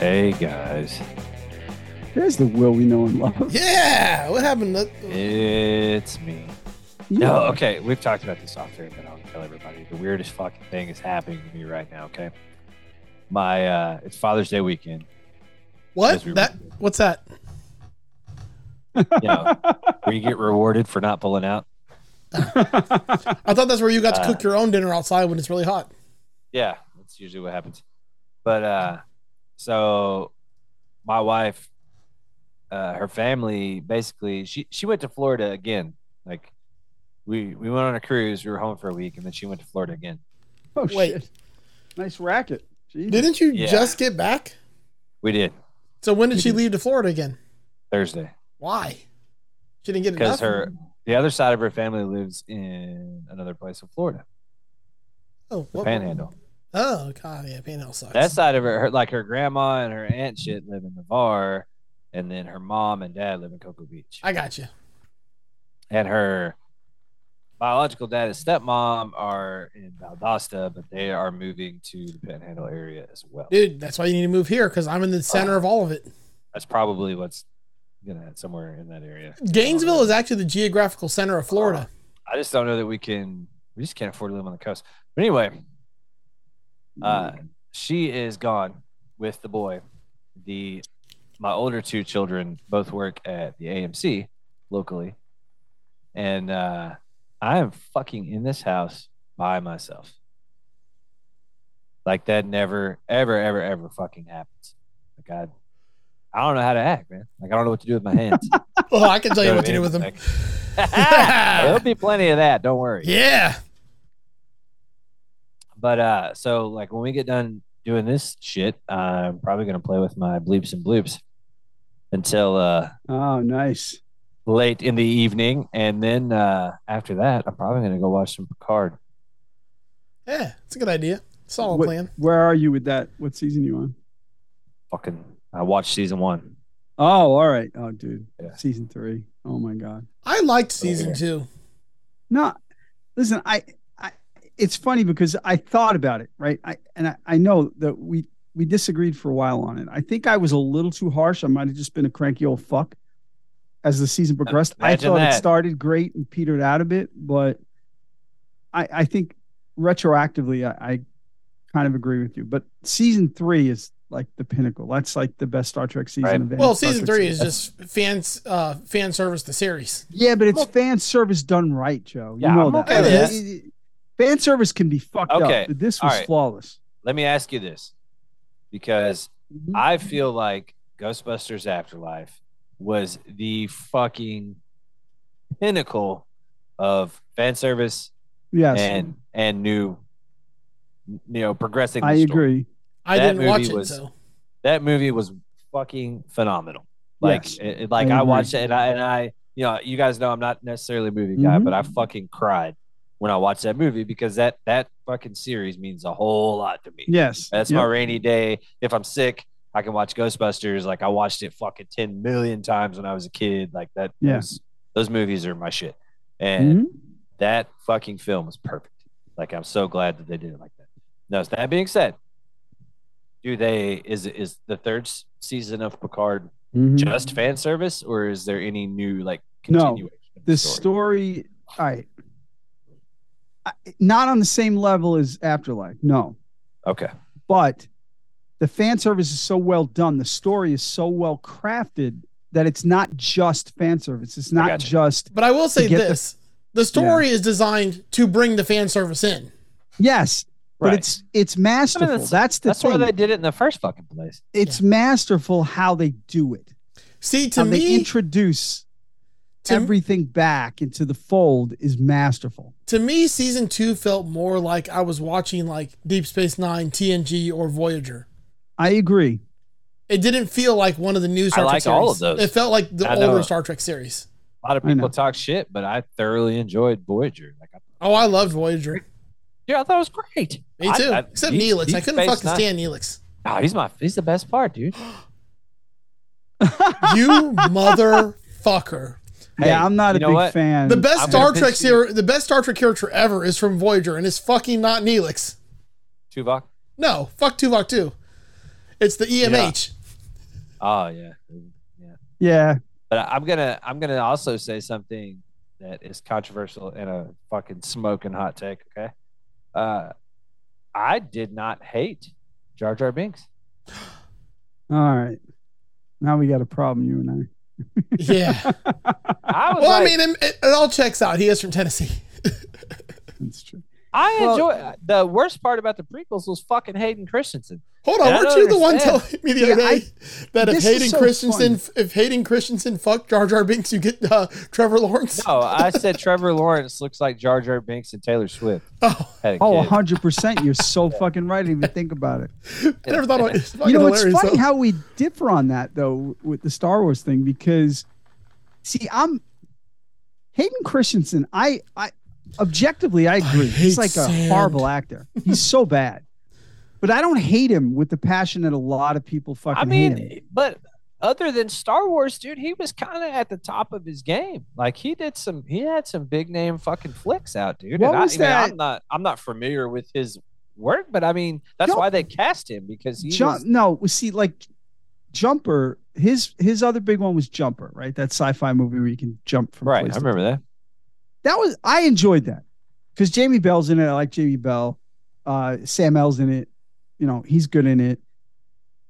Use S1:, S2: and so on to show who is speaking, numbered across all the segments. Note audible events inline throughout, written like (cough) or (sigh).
S1: guys.
S2: There's the Will we know and love.
S3: Yeah. What happened? To,
S1: It's me. (laughs) No, okay. We've talked about this off air, but I'll tell everybody. The weirdest fucking thing is happening to me right now, okay? My uh it's Father's Day weekend.
S3: what?
S1: Yes, we were-
S3: that? What's that?
S1: (laughs) You know, where you get rewarded for not pulling out.
S3: I thought that's where you got to
S1: Uh,
S3: cook your own dinner outside when it's really hot.
S1: Yeah, that's usually what happens. But uh so my wife uh her family basically she she went to Florida again. Like we we went on a cruise, we were home for a week and then she went to Florida again.
S2: (laughs) Oh,
S3: Wait.
S2: shit. Nice racket. Jesus.
S3: Didn't you
S1: Yeah. Mm-hmm.
S3: just get back?
S1: We did
S3: So when did she leave to Florida again?
S1: Thursday.
S3: Why? She didn't get
S1: because
S3: enough.
S1: her the other side of her family lives in another place in Florida,
S3: oh,
S1: the
S3: what-
S1: Panhandle.
S3: Oh, God, yeah, Panhandle sucks.
S1: That side of her, her, like her grandma and her aunt shit, live in Navarre, and then her mom and dad live in Cocoa Beach,
S3: I got you.
S1: and her biological dad and stepmom are in Valdosta, but they are moving to the Panhandle area as well.
S3: Dude, that's why you need to move here because I'm
S1: Uh,
S3: in the center of all of it.
S1: That's probably what's gonna somewhere in that area.
S3: Gainesville is actually the geographical center of
S1: (laughs)
S3: Florida.
S1: I just don't know that we can. We just can't afford to live on the coast. But anyway, uh, she is gone with the boy. The my older two children both work at the AMC locally, and uh, I am fucking in this house by myself. Like that never, ever, ever, ever fucking happens. Like I, I don't know how to act, man. Like I don't know what to do with my hands.
S3: Oh, I can tell you what to do with them. (laughs)
S1: There'll be plenty of that. Don't worry.
S3: yeah.
S1: But uh, so like when we get done doing this shit, I'm probably gonna play with my bleeps and bloops until uh
S2: Oh, nice.
S1: late in the evening, and then uh after that, I'm probably gonna go watch some Picard.
S3: Yeah, it's a good idea. Solid
S2: What-
S3: plan.
S2: Where are you with that? What season you on?
S1: Fucking, I watched season one.
S2: Oh, all right. Oh, dude.
S1: Yeah.
S2: Season three. Oh my god.
S3: I liked season
S1: Oh, Yeah.
S3: two.
S2: No, listen, I, I, it's funny because I thought about it, right? I and I, I know that we we disagreed for a while on it. I think I was a little too harsh. I might have just been a cranky old fuck as the season progressed.
S1: Imagine
S2: I thought
S1: that.
S2: it started great and petered out a bit, but I I think retroactively I, I kind of agree with you. But season three is like the pinnacle. That's like the best Star Trek season.
S1: Right.
S2: Of any
S3: Well,
S2: Star
S3: season
S2: Trek
S3: three
S2: season.
S3: is just fans uh fan service the series.
S2: Yeah, but it's
S1: I'm
S2: fan service done right, Joe. You
S1: Yeah,
S2: know
S1: I'm
S2: that.
S3: okay with
S2: right?
S3: this.
S2: It- it- Fan service can be fucked
S1: Okay,
S2: up. But this
S1: all
S2: was
S1: right.
S2: flawless.
S1: Let me ask you this, because I feel like Ghostbusters Afterlife was the fucking pinnacle of fan service
S2: Yes,
S1: and and new, you know, progressing. the story.
S2: I agree.
S3: I
S1: That
S3: didn't watch
S1: movie
S3: it,
S1: was-
S3: so
S1: that movie was fucking phenomenal. Like,
S2: Yes.
S1: it, it- like
S2: I
S1: I,
S2: agree.
S1: watched it and I and I, you know, you guys know I'm not necessarily a movie guy,
S2: Mhm.
S1: but I fucking cried when I watched that movie because that that fucking series means a whole lot to me.
S2: Yes,
S1: That's
S2: Yep.
S1: my rainy day. If I'm sick, I can watch Ghostbusters. Like I watched it fucking ten million times when I was a kid. Like that.
S2: Yeah.
S1: Those, those movies are my shit, and
S2: Mhm.
S1: that fucking film was perfect. Like I'm so glad that they did it like that. Now that being said, do they is is the third s- season of Picard
S2: Mhm.
S1: just fan service, or is there any new like
S2: No.
S1: continuation? of the
S2: the story. All right, I, not on the same level as Afterlife. No,
S1: Okay,
S2: but the fan service is so well done. The story is so well crafted that it's not just fan service. It's not
S1: gotcha.
S2: just
S3: but I will say
S2: get the-
S3: this. The, story is designed to bring the fan service in.
S2: yes, but
S1: Right.
S2: it's it's masterful.
S1: that's-
S2: that's, the
S1: that's
S2: thing.
S1: why they did it in the first fucking place.
S2: it's masterful how they do it.
S3: See,
S2: To
S3: to
S2: how they
S3: me,
S2: introduce
S3: to,
S2: everything back into the fold is masterful.
S3: to me, season two felt more like I was watching like Deep Space Nine, TNG, or Voyager.
S2: I agree.
S3: It didn't feel like one of the new Star Trek
S1: liked
S3: series.
S1: all of those.
S3: It felt like the
S1: I know.
S3: older Star Trek series.
S1: A lot of
S2: I know.
S1: people talk shit, but I thoroughly enjoyed Voyager. Like, I,
S3: Oh, I loved Voyager.
S1: yeah, I thought it was great.
S3: Me
S1: I-
S3: too.
S1: I-
S3: Except
S1: Deep-
S3: Neelix. I
S1: Deep
S3: couldn't
S1: Space
S3: fucking
S1: Nine-
S3: stand Neelix.
S1: Oh, he's my he's the best part, dude.
S3: You (laughs) motherfucker.
S1: Hey,
S2: yeah, I'm not
S1: you
S2: a
S1: know
S2: big
S1: what?
S2: fan.
S3: The best
S1: I'm
S3: Star
S1: gonna
S3: Trek
S1: pitch you-
S3: series, the best Star Trek character ever is from Voyager, and it's fucking not Neelix.
S1: Tuvok.
S3: E No, fuck Tuvok too. It's the EMH.
S1: Oh yeah, yeah.
S2: Yeah.
S1: But I- I'm gonna I'm gonna also say something that is controversial and a fucking smoking hot take. Okay, uh, I did not hate Jar Jar Binks.
S2: All right. Now we got a problem, you and
S3: Yeah.
S2: (laughs) I.
S1: I was like,
S3: well, I mean, it, it, it all checks out. He is from Tennessee.
S2: That's true.
S1: I
S2: well-
S1: enjoy the worst part about the prequels was fucking Hayden Christensen.
S3: Hold on,
S1: Yeah, I
S3: weren't
S1: don't
S3: you the one telling
S1: understand.
S3: me the other
S2: Yeah, I-
S3: day that if
S2: this is
S3: Hayden
S2: so
S3: Christensen, if Hayden Christensen fucked Jar Jar Binks, you get uh, Trevor Lawrence?
S1: No, I said Trevor Lawrence looks like Jar Jar Binks and Taylor Swift
S3: Oh,
S1: had a
S2: Oh,
S1: kid.
S2: 100%. You're so fucking right. I didn't even think about it.
S3: I never thought about it. It's
S2: you
S3: fucking
S2: know, it's
S3: hilarious,
S2: funny
S3: though.
S2: how we differ on that, though, with the Star Wars thing, because, see, I'm Hayden Christensen. I, I objectively, I agree.
S3: hate
S2: He's like
S3: sand.
S2: a horrible actor. He's so bad. But I don't hate him with the passion that a lot of people fucking
S1: I
S2: hate him.
S1: mean, but other than Star Wars, dude, he was kind of at the top of his game. Like he did some, he had some big name fucking flicks out, dude.
S2: What
S1: and
S2: was
S1: I, I
S2: that?
S1: mean, I'm not, I'm not familiar with his work, but I mean, that's
S2: Jump-
S1: why they cast him because he
S2: Jump,
S1: was,
S2: no, see, like Jumper, his his other big one was Jumper, right? That sci-fi movie where you can jump from
S1: right.
S2: place
S1: I
S2: to
S1: remember that.
S2: that was I enjoyed that because Jamie Bell's in it. I like Jamie Bell. Uh, Sam L's in it. You know he's good in it,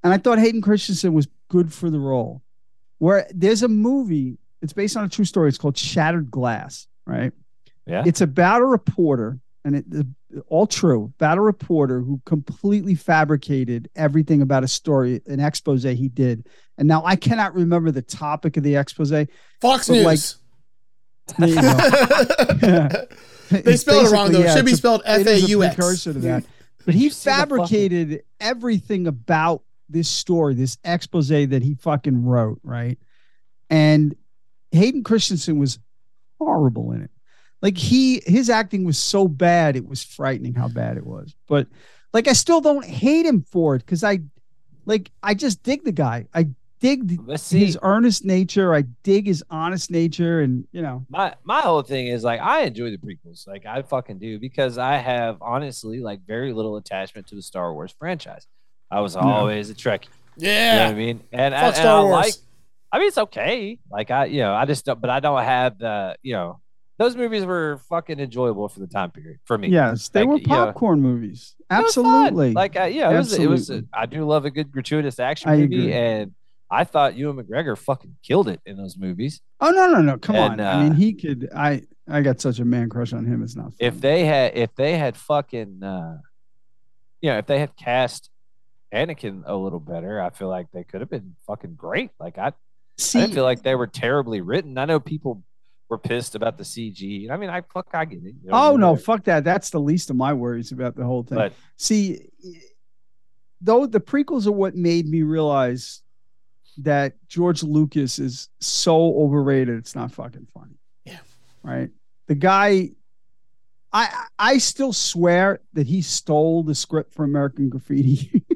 S2: and I thought Hayden Christensen was good for the role. Where there's a movie, it's based on a true story. It's called Shattered Glass. Right.
S1: Yeah.
S2: It's about a reporter, and it the, all true about a reporter who completely fabricated everything about a story, an expose he did. And now I cannot remember the topic of the expose. There
S3: Fox
S2: but, like,
S3: News. (laughs)
S2: you go.
S3: they
S2: It's
S3: spelled it wrong
S2: basically-
S3: though.
S2: yeah,
S3: it should
S2: it's
S3: be
S2: a-
S3: spelled F
S2: it
S3: A
S2: is a
S3: U X.
S2: precursor to that. (laughs) But he
S1: You see the fucking-
S2: fabricated everything about this story, this expose that he fucking wrote, right? And Hayden Christensen was horrible in it. Like he his acting was so bad, it was frightening how bad it was. But like I still don't hate him for it because I like I just dig the guy. I dig the,
S1: Let's see.
S2: his earnest nature. I dig his honest nature, and you know,
S1: my my whole thing is like I enjoy the prequels, like I fucking do, because I have honestly like very little attachment to the Star Wars franchise. I was always a Trekkie. You know what I
S3: Yeah.
S1: mean? And, and, and
S3: Fuck
S1: I
S3: Star
S1: like
S3: Wars.
S1: I mean, it's okay. Like I, you know, I just don't, but I don't have the, you know, those movies were fucking enjoyable for the time period for me.
S2: yes, they
S1: Like,
S2: were
S1: you know,
S2: popcorn movies.
S1: It was fun.
S2: Absolutely,
S1: Like I, yeah, it was, it was,
S2: Absolutely.
S1: I do love a good gratuitous action
S2: I
S1: movie.
S2: agree.
S1: And I thought Ewan McGregor fucking killed it in those movies.
S2: Oh no no no! Come on!
S1: And,
S2: I mean,
S1: uh,
S2: he could. I I got such a man crush on him. It's not. Funny.
S1: If they had, if they had fucking, uh, you know, if they had cast Anakin a little better, I feel like they could have been fucking great. Like I, I
S2: see,
S1: didn't feel like they were terribly written. I know people were pissed about the CG. and I mean, I fuck, I get it. you know what I
S2: oh
S1: mean?
S2: no,
S1: Whatever.
S2: fuck that! That's the least of my worries about the whole thing.
S1: But
S2: see, though the prequels are what made me realize that George Lucas is so overrated. It's not fucking funny.
S3: Yeah.
S2: Right. The guy, I I still swear that he stole the script for American Graffiti. (laughs)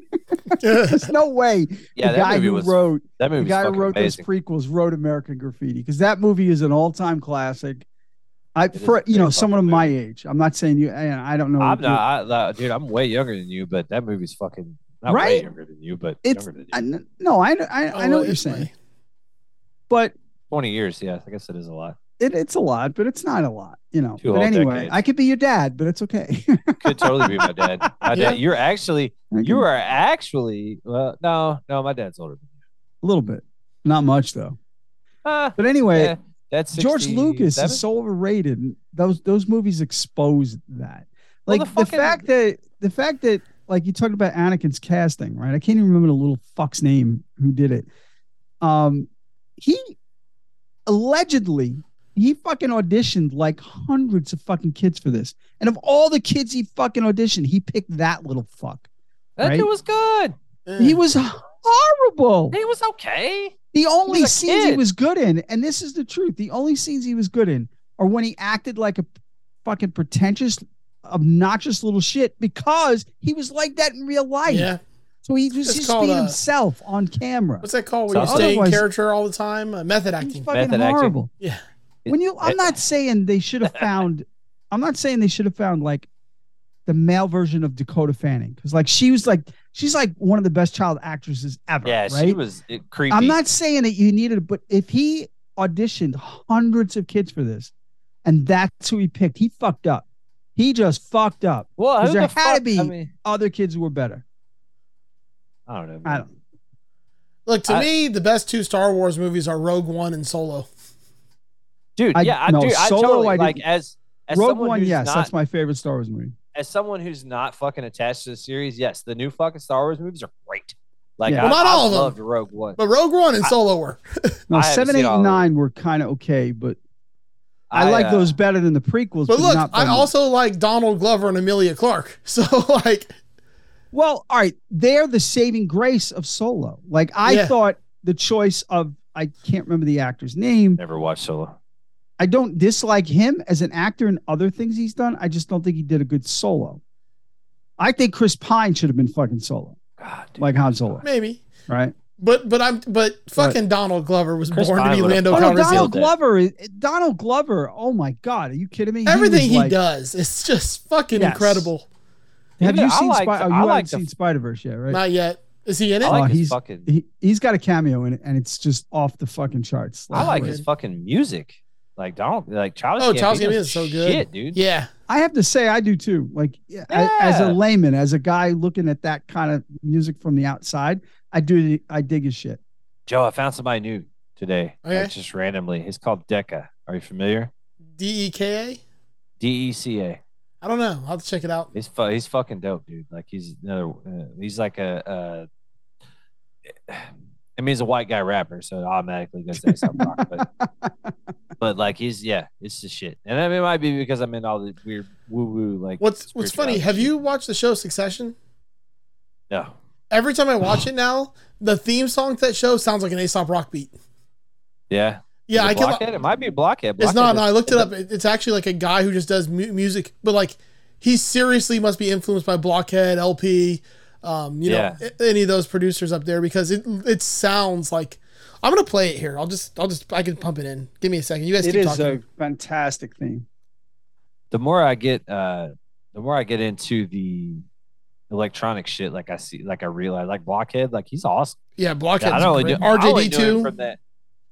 S1: (laughs)
S2: There's no way
S1: yeah, that
S2: the guy
S1: movie
S2: who
S1: was
S2: wrote
S1: That
S2: the
S1: movie
S2: guy who
S1: fucking
S2: wrote
S1: amazing.
S2: those prequels wrote American Graffiti because that movie is an all-time classic. I
S1: It is
S2: for
S1: a
S2: you know
S1: great
S2: someone of
S1: fucking
S2: my age. I'm not saying you. And I don't know.
S1: I'm
S2: you-
S1: not, I, uh, dude. I'm way younger than you, but that movie's fucking not way
S2: Right?
S1: younger than you, but
S2: It's-
S1: younger than you.
S2: I kn- no, I I,
S3: Oh,
S2: I know what you're saying, but
S1: 20 years, yeah. I guess it is a lot.
S2: it, it's a lot, but it's not a lot, you know.
S1: Two
S2: but
S1: whole
S2: anyway,
S1: decades.
S2: I could be your dad, but it's okay. (laughs) I
S1: Could totally be my
S2: (laughs)
S1: dad. My
S3: Yeah.
S1: dad, you're actually, you
S2: can-
S1: are actually. Well, no, no, my dad's older than you.
S2: a little bit, not much though.
S1: Ah,
S2: But anyway,
S1: yeah, that's
S2: George Lucas
S1: 67?
S2: is so overrated. and Those those movies exposed that.
S1: Well,
S2: Like
S1: the
S2: the,
S1: fucking-
S2: fact that the fact that like you talked about Anakin's casting, right? I can't even remember the little fuck's name who did it. Um, he allegedly he fucking auditioned like hundreds of fucking kids for this, and of all the kids he fucking auditioned, he picked that little fuck.
S1: that dude
S2: right?
S1: was good.
S2: He was horrible.
S1: He was okay.
S2: The only
S1: a
S2: scenes he
S1: kid.
S2: was good in, and this is the truth, the only scenes he was good in are when he acted like a fucking pretentious, obnoxious little shit because he was like that in real life.
S3: Yeah.
S2: So he was
S3: It's
S2: just
S3: called,
S2: being
S3: uh,
S2: himself on camera.
S3: What's that called when you
S1: So
S3: stay in
S2: otherwise-
S3: character all the time? Uh, method
S2: He's
S3: acting.
S2: fucking
S1: Method acting.
S2: horrible.
S3: Yeah.
S2: When you, I'm
S1: It-
S2: (laughs) not saying they should have found, I'm not saying they should have found like the male version of Dakota Fanning because like she was like she's like one of the best child actresses ever.
S1: Yeah,
S2: right?
S1: she was it, creepy.
S2: I'm not saying that you needed, but if he auditioned hundreds of kids for this, and that's who he picked, he fucked up. He just fucked up.
S1: Well,
S2: 'cause
S1: who
S2: there
S1: the
S2: had to
S1: fuck-
S2: be-
S1: I, mean,
S2: Other kids were better.
S1: I don't know. Man.
S2: I don't.
S3: Look, to
S1: I-
S3: me, the best two Star Wars movies are Rogue One and Solo.
S1: Dude,
S2: I-
S1: yeah, I,
S2: no,
S1: dude, I
S2: Solo,
S1: totally
S2: I
S1: like
S2: didn't-
S1: as as
S2: Rogue
S1: someone
S2: One,
S1: who's
S2: yes,
S1: not
S2: that's my favorite Star Wars movie.
S1: as someone who's not fucking attached to the series, yes, the new fucking Star Wars movies are great. Like,
S2: Yeah.
S1: I,
S3: Well, not
S1: I
S3: all of them.
S1: loved Rogue One.
S3: But Rogue One and Solo were.
S2: No,
S1: I haven't
S2: seven,
S1: seen
S2: eight,
S1: all
S2: and
S1: of them.
S2: nine were kind of okay, but I, like
S1: uh,
S2: those better than the prequels.
S3: But look,
S2: not
S3: I
S2: better.
S3: also like Donald Glover and Amelia Clark. (laughs) So like,
S2: well, all right, they're the saving grace of Solo. Like I
S3: Yeah.
S2: thought the choice of I can't remember the actor's name.
S1: Never watched Solo.
S2: I don't dislike him as an actor and other things he's done. I just don't think he did a good solo. I think Chris Pine should have been fucking solo,
S1: God, dude.
S2: like Han Solo,
S3: maybe.
S2: right?
S3: But but I'm but fucking Donald Glover was
S1: Chris
S3: born
S1: Pine
S3: to be
S1: would've-
S3: Lando
S2: Oh, no,
S3: Calrissian.
S2: Donald
S1: that.
S2: Glover, is- Donald Glover. Oh my God, are you kidding me?
S3: Everything
S2: was
S3: he
S2: like-
S3: does, it's just fucking
S2: Yes.
S3: incredible.
S2: Have
S1: Even-
S2: you
S1: I
S2: seen?
S1: liked-
S2: Spy- oh,
S1: I
S2: you haven't
S1: liked the-
S2: seen Spider Verse yet, right?
S3: Not yet. Is he in it?
S1: I
S2: Oh,
S1: like his
S2: he's-
S1: fucking.
S2: he, he's got a cameo in it, and it's just off the fucking charts.
S1: I like
S3: it.
S1: his fucking music. Like Donald, like Charles.
S3: Oh, Childish Gambino is so good.
S1: shit, dude.
S3: yeah.
S2: I have to say, I do too. Like yeah. a- as a
S1: Yeah.
S2: layman, as a guy looking at that kind of music from the outside, I do. I dig his shit.
S1: Joe, I found somebody new today.
S3: Okay.
S1: Like, just randomly. He's called Deca. Are you familiar?
S3: D E K A.
S1: D E C A.
S3: I don't know. I'll have to check it out.
S1: He's fu- he's fucking dope, dude. Like he's another. Uh, he's like a. Uh, I mean, he's a white guy rapper, so it automatically goes to South Rock. But,
S3: (laughs)
S1: but like he's yeah, it's the shit. And I mean, it might be because I'm in all the weird woo woo like.
S3: What's what's funny?
S1: spirituality
S3: Have
S1: shit.
S3: you watched the show Succession?
S1: No.
S3: Every time I
S1: (sighs)
S3: watch it now, the theme song to that show sounds like an Aesop rock beat.
S1: Yeah.
S3: Yeah,
S1: Is
S3: I
S1: it
S3: can.
S1: Blockhead? It might be blockhead.
S3: It's
S1: Blockhead
S3: not.
S1: is-
S3: No, I looked it up. It- It's actually like a guy who just does mu- music, but like he seriously must be influenced by Blockhead, LP, um, you
S1: Yeah.
S3: know, a- any of those producers up there because it it sounds like. I'm gonna play it here. I'll just, I'll just, I can pump it in. Give me a second. You guys
S2: It
S3: keep
S2: is
S1: uh,
S3: talking.
S2: a fantastic theme.
S1: the more I get uh the more I get into the electronic shit, like I see like I realize like Blockhead, like he's awesome.
S3: yeah, Blockhead.
S1: I don't only
S3: great.
S1: knew- I only
S3: RJD
S1: knew him from
S3: two.
S1: that.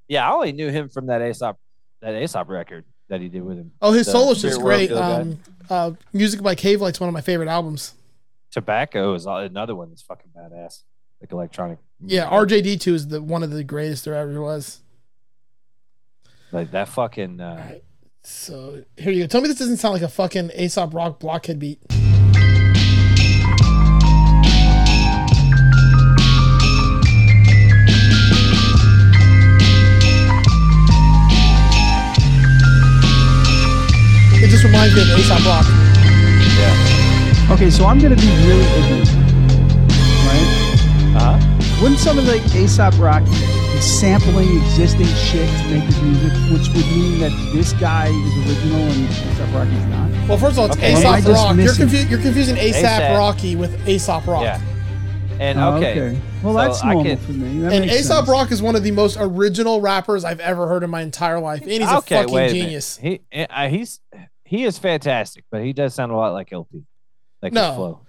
S1: Yeah, I only knew him from that Aesop that Aesop record that he did with him.
S3: Oh, his
S1: the
S3: solo shit's
S1: Spirit
S3: great.
S1: World guy.
S3: Um, uh, music by Cave Light's one of my favorite albums.
S1: Tobacco is another one that's fucking badass. Like electronic.
S3: Yeah, RJD two is the one of the greatest there ever was.
S1: like that fucking uh
S3: So here you go. Tell me this doesn't sound like a fucking Aesop Rock Blockhead beat. It just reminds me of Aesop Rock.
S1: yeah.
S2: Okay, so I'm gonna be really ignorant, right?
S1: Uh-huh.
S2: Wouldn't some of the Aesop Rock be sampling existing shit to make his music, which would mean that this guy is original and Aesop Rock is not?
S3: Well, first of all, it's
S1: Okay. Am I
S3: Aesop
S2: just
S3: Rock. You're,
S2: missing-
S3: confu- you're confusing Aesop
S1: Aesop.
S3: Rocky with Aesop Rock.
S1: Yeah. And
S2: Oh,
S1: Ah, okay.
S2: Well,
S1: So
S2: that's
S1: I
S2: normal
S1: can-
S2: for me. That
S3: And
S2: makes
S3: Aesop
S2: sense.
S3: Rock is one of the most original rappers I've ever heard in my entire life. And he's a
S1: okay,
S3: fucking
S1: wait a minute.
S3: genius.
S1: He eh, uh, he's he is fantastic, but he does sound a lot like LP. Like
S3: No.
S1: his flow.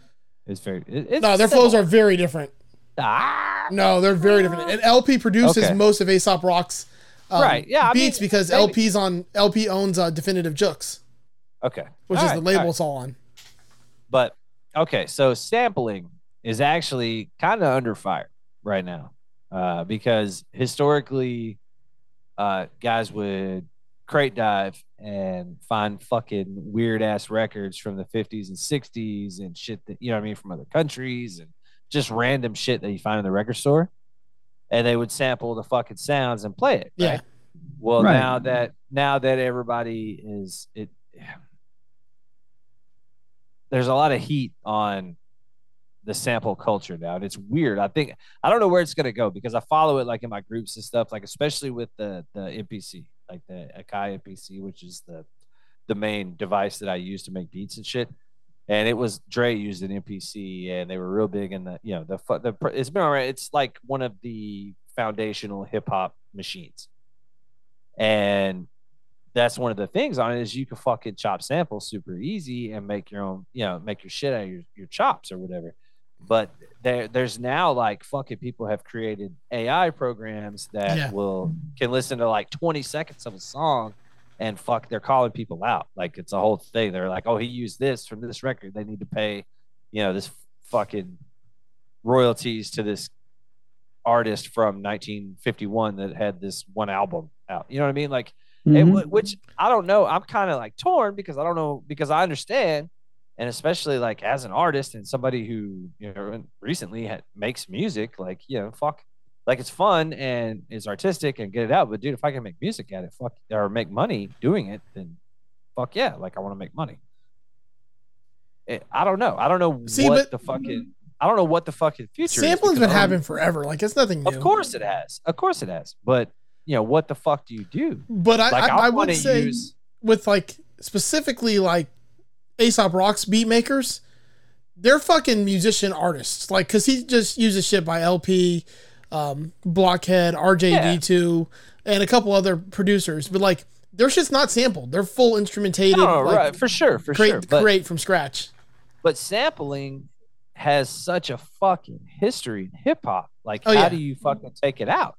S1: It's very it- it's
S3: No, their flows are very different.
S1: Ah,
S3: No, they're very different. And LP produces
S1: Okay.
S3: most of Aesop Rock's um,
S1: Right, yeah, I mean,
S3: beats because
S1: maybe-
S3: LP's on LP owns uh, Definitive Jux,
S1: okay.
S3: which
S1: All
S3: is
S1: right,
S3: the
S1: all
S3: label
S1: right.
S3: it's all on.
S1: But okay, so sampling is actually kind of under fire right now uh, because historically, uh, guys would crate dive and find fucking weird ass records from the 50s and 60s and shit that you know what I mean from other countries and just random shit that you find in the record store. And they would sample the fucking sounds and play it.
S3: Yeah.
S1: right? Well,
S2: Right.
S1: now that now that everybody is it, there's a lot of heat on the sample culture now, and it's weird. I think I don't know where it's gonna go because I follow it like in my groups and stuff, like especially with the the NPC, like the Akai NPC, which is the the main device that I use to make beats and shit. And it was Dre used an NPC, and they were real big in the you know the fu- the pr- it's been alright. It's like one of the foundational hip hop machines and that's one of the things on it is you can fucking chop samples super easy and make your own, you know, make your shit out of your, your chops or whatever. But there, there's now like fucking people have created AI programs that
S3: Yeah.
S1: will can listen to like 20 seconds of a song and fuck, they're calling people out. Like it's a whole thing. They're like, oh, he used this from this record. They need to pay, you know, this fucking royalties to this artist from 1951 that had this one album out. You know what I mean? Like, it
S2: Mhm.
S1: w which I don't know. I'm kind of like torn because I don't know because I understand, and especially like as an artist and somebody who you know recently had, makes music, like you know, fuck, like it's fun and it's artistic and get it out. But dude, if I can make music at it, fuck, or make money doing it, then fuck yeah, like I want to make money. It, I don't know. I don't know
S3: See,
S1: what
S3: but-
S1: the fucking. I don't know what the fucking future. is because
S3: Sampling's been
S1: I don't-
S3: happening forever. Like it's nothing new.
S1: Of course it has. Of course it has. But you know what the fuck do you do?
S3: But I,
S1: Like
S3: I, I
S1: want to
S3: would say
S1: use.
S3: with like specifically like Aesop Rock's beat makers, they're fucking musician artists. Like, cause he just uses shit by LP, um, Blockhead, RJD2, and a couple other producers. But like, their shit's not sampled. They're full instrumentated.
S1: No, Oh,
S3: like,
S1: right, for sure, for
S3: create,
S1: sure. But,
S3: create from scratch.
S1: but sampling has such a fucking history in hip hop. Like,
S3: Oh,
S1: how
S3: yeah.
S1: do you fucking take it out?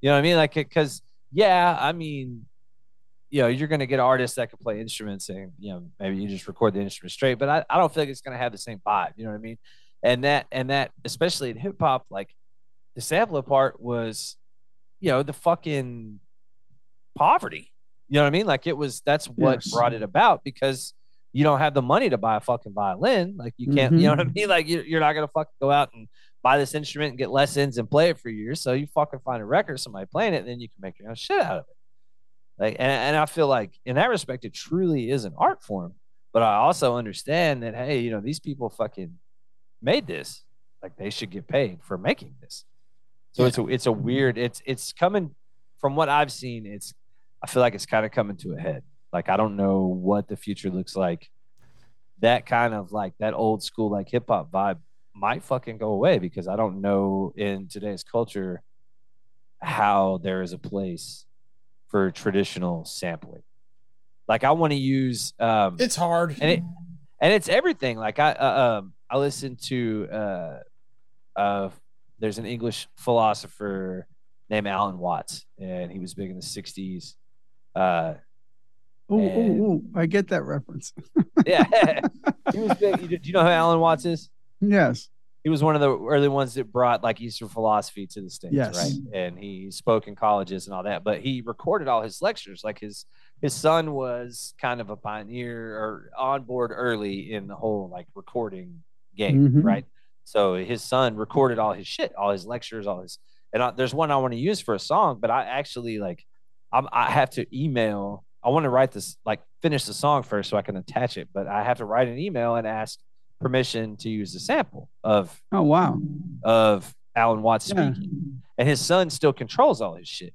S1: You know what I mean? Like, because yeah, I mean, you know, you're gonna get artists that can play instruments, and you know, maybe you just record the instrument straight. But I, I don't feel like it's gonna have the same vibe. You know what I mean? And that, and that, especially in hip hop, like the sampler part was, you know, the fucking poverty. You know what I mean? Like it was that's what
S2: Yes.
S1: brought it about because you don't have the money to buy a fucking violin. Like you can't, you know what I mean? Like you're, you're not gonna fucking go out and buy this instrument and get lessons and play it for years. So you fucking find a record, somebody playing it, and then you can make your own shit out of it. Like, and, and I feel like in that respect, it truly is an art form. But I also understand that hey, you know, these people fucking made this. Like they should get paid for making this. So it's a it's a weird. It's it's coming from what I've seen. It's I feel like it's kind of coming to a head. Like I don't know what the future looks like. That kind of like that old school like hip hop vibe might fucking go away because I don't know in today's culture how there is a place for traditional sampling. Like I want to use um,
S3: It's hard.
S1: and it and it's everything. Like I uh, um I listen to uh uh there's an English philosopher named Alan Watts, and he was big in the '60s. Uh, (laughs)
S2: Ooh, ooh, ooh. I get that reference.
S1: yeah, (laughs) he was big. Do you know who Alan Watts is?
S2: Yes.
S1: He was one of the early ones that brought like Eastern philosophy to the states,
S2: Yes.
S1: right? And he spoke in colleges and all that. But he recorded all his lectures. Like his his son was kind of a pioneer or on board early in the whole like recording game,
S2: Mhm.
S1: right? So his son recorded all his shit, all his lectures, all his. And I, there's one I want to use for a song, but I actually like, I'm, I have to email. I want to write this, like, finish the song first so I can attach it. But I have to write an email and ask permission to use the sample of
S2: Oh wow.
S1: of Alan Watts
S2: Yeah.
S1: speaking, and his son still controls all his shit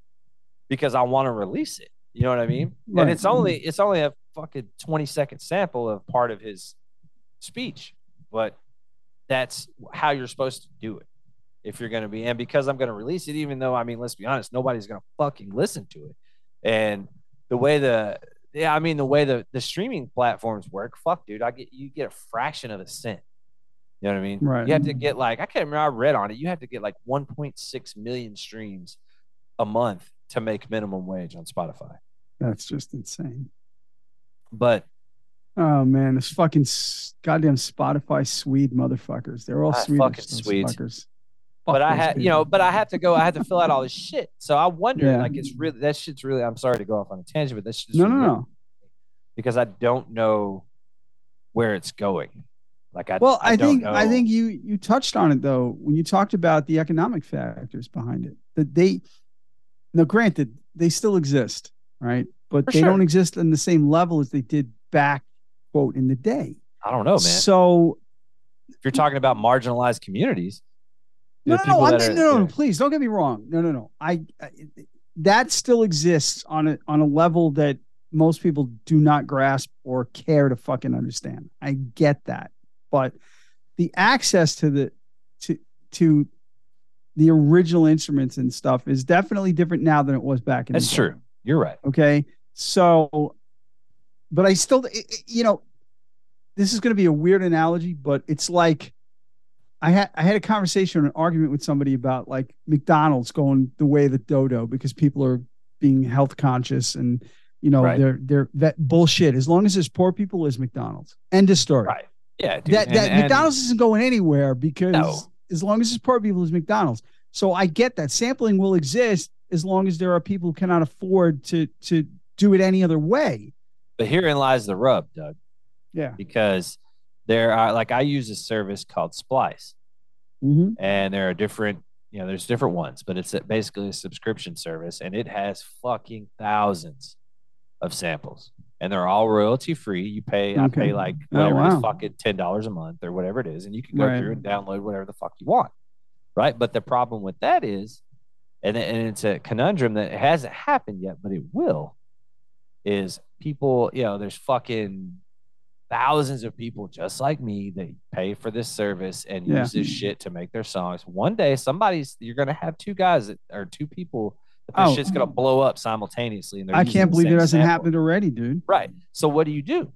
S1: because I want to release it. You know what I mean?
S2: Right.
S1: And it's only it's only a fucking twenty second sample of part of his speech, but that's how you're supposed to do it if you're going to be. And because I'm going to release it, even though I mean, let's be honest, nobody's going to fucking listen to it. And the way the yeah, I mean the way the the streaming platforms work, fuck, dude, I get you get a fraction of a cent. You know what I mean?
S2: Right.
S1: You have to get like I can't remember. I read on it. You have to get like 1.6 million streams a month to make minimum wage on Spotify.
S2: That's just insane.
S1: But
S2: Oh man, this fucking s- goddamn Spotify Swede motherfuckers. They're all
S1: Ah,
S2: Swedish.
S1: fucking
S2: those
S1: Swedes.
S2: fuckers.
S1: but
S2: Fuck
S1: I
S2: those
S1: had you
S2: people.
S1: know, but I have to go. I had to fill out all this shit. So I wonder,
S2: Yeah.
S1: like, it's really that shit's really. I'm sorry to go off on a tangent, but that shit's
S2: No,
S1: really
S2: no, no.
S1: because I don't know where it's going. Like I
S2: Well, I,
S1: don't
S2: think
S1: know.
S2: I think you you touched on it though when you talked about the economic factors behind it. That they now granted they still exist, right? But
S1: For
S2: they
S1: sure.
S2: don't exist on the same level as they did back quote in the day.
S1: I don't know, Oh, man.
S2: So
S1: if you're talking about marginalized communities,
S2: no,
S1: the
S2: no, no,
S1: people
S2: I'm,
S1: that are-
S2: no, no,
S1: yeah.
S2: no, please don't get me wrong. No, no, no. I, I that still exists on a on a level that most people do not grasp or care to fucking understand. I get that, but the access to the to to the original instruments and stuff is definitely different now than it was back in.
S1: that's
S2: the day,
S1: true. You're right.
S2: Okay, So, but I still, it- it- you know, this is going to be a weird analogy, but it's like I had I had a conversation, or an argument with somebody about like McDonald's going the way of the dodo because people are being health conscious and you know
S1: Right.
S2: they're they're that bullshit. As long as there's poor people, is McDonald's. End of story.
S1: Right. Yeah, dude.
S2: That,
S1: and-
S2: that
S1: and-
S2: McDonald's isn't going anywhere because
S1: No.
S2: as long as it's poor people, it's McDonald's. So I get that sampling will exist as long as there are people who cannot afford to to do it any other way.
S1: But herein lies the rub, Doug,
S2: Yeah.
S1: because there are like I use a service called Splice,
S2: Mm-hmm.
S1: and there are different, you know, there's different ones, but it's a- basically a subscription service, and it has fucking thousands of samples, and they're all royalty free. You pay, I
S2: Okay.
S1: pay like
S2: Oh,
S1: whatever it is,
S2: wow.
S1: fucking ten dollars a month or whatever it is, and you can go
S2: Right.
S1: through and download whatever the fuck you want, right? But the problem with that is, and and it's a conundrum that hasn't happened yet, but it will. Is people, you know, there's fucking thousands of people just like me that pay for this service and
S2: Yeah.
S1: use this shit to make their songs. One day, somebody's you're gonna have two guys that, or two people that this
S2: Oh.
S1: shit's gonna blow up simultaneously. And they're
S2: I
S1: using the
S2: can't believe it
S1: same
S2: hasn't
S1: sample.
S2: happened already, dude.
S1: Right. So what do you do?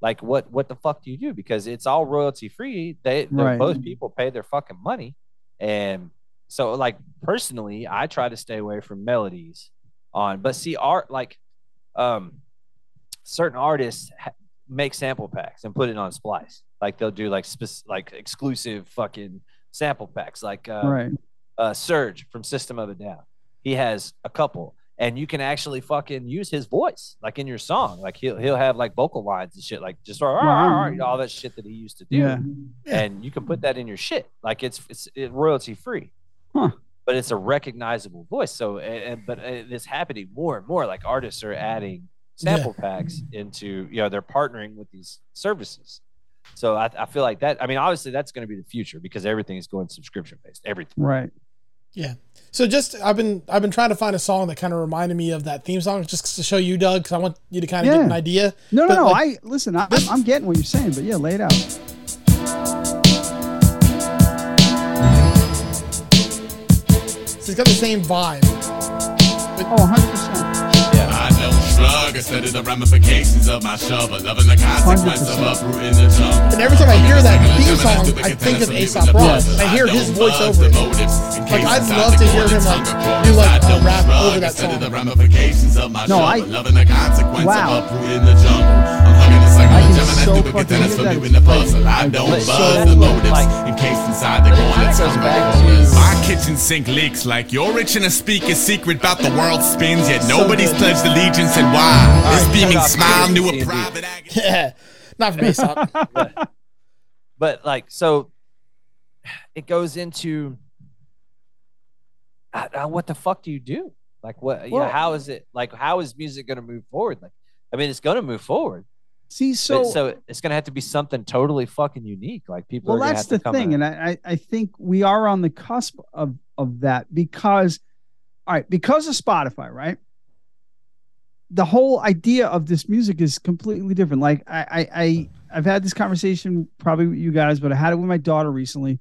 S1: Like what what the fuck do you do? Because it's all royalty free. They they're-
S2: Right.
S1: both people pay their fucking money. And so like personally, I try to stay away from melodies on but see art like um certain artists ha- make sample packs and put it on splice. Like they'll do like spec- like exclusive fucking sample packs like uh
S2: right.
S1: uh, Surge from System of a Down. He has a couple, and you can actually fucking use his voice like in your song. Like he'll he'll have like vocal lines and shit, like just "Arr, arr, arr," you know, all that shit that he used to do.
S2: Yeah.
S3: Yeah.
S1: And you can put that in your shit. Like it's it's it royalty free.
S2: Huh.
S1: But it's a recognizable voce. So and, and but uh, it's happening more and more. Like artists are adding sample packs into you know they're partnering with these services. So I, I feel like that. I mean, obviously that's going to be the future because everything is going subscription based. Everything.
S2: Right.
S3: So just I've been I've been trying to find a song that kind of reminded me of that theme song just to show you, Doug, because I want you to kind of get
S2: Yeah.
S3: an idea.
S2: No,
S3: But,
S2: no, no.
S3: like-
S2: I listen. I, I'm, I'm getting what you're saying, but yeah, lay it out.
S3: So it's got the same vibe.
S2: Oh, 100 percent.
S4: I don't shrug, I study the ramifications of my shovel, loving the consequence of
S2: 100%.
S4: uprooting the jungle.
S3: And every time I hear that
S4: Taking
S3: theme song, I
S4: a Gemini through the
S3: think of
S4: catastrophe
S3: Aesop
S4: with the
S3: Rock.
S4: puzzle.
S3: I hear
S4: don't
S3: his voice
S4: love
S3: over
S4: the
S3: it.
S4: motives in case
S3: I'd
S4: it's
S3: love
S4: not
S3: to
S4: the
S3: hear him,
S4: corners
S3: like,
S4: of the
S3: do,
S4: cross.
S3: like,
S4: I
S3: a
S4: don't
S3: rap
S4: shrug,
S3: over
S4: I
S3: that
S4: study
S3: song.
S4: the ramifications of my
S2: No,
S4: shovel,
S2: I-
S4: loving the consequence
S2: Wow.
S4: of uprooting the jungle. I'm hugging the
S2: I
S4: circle of
S2: can so
S4: Gemini through the
S2: fucking hear
S4: catastrophe
S2: that.
S4: with the puzzle. I
S2: Like,
S4: don't
S1: like, so
S4: buzz the
S1: cool.
S4: motives
S1: Like-
S4: in case inside the
S1: But it kinda
S4: corners
S1: goes
S4: of
S1: back
S4: the corners.
S1: to-
S4: My kitchen sink leaks like your rich and a speaker's secret about the world spins, yet nobody's pledged allegiance and why. This
S1: right,
S4: beaming
S1: shut up,
S4: smile
S1: Peter.
S4: knew
S1: See
S4: a
S1: you,
S4: private agony.
S3: Yeah. (laughs) Not from Aesop.
S1: but like so it goes into I- I- what the fuck do you do like what you know,
S2: Well-
S1: how is it like how is music going to move forward like i mean it's going to move forward
S2: See,
S1: so,
S2: so
S1: but, so it's going to have to be something totally fucking unique like people
S2: well
S1: are gonna
S2: that's
S1: have
S2: the
S1: to come
S2: thing
S1: in.
S2: and I, I i think we are on the cusp of of that because all right because of spotify right the whole idea of this music is completely different like i i, I i've had this conversation probably with you guys but i had it with my daughter recently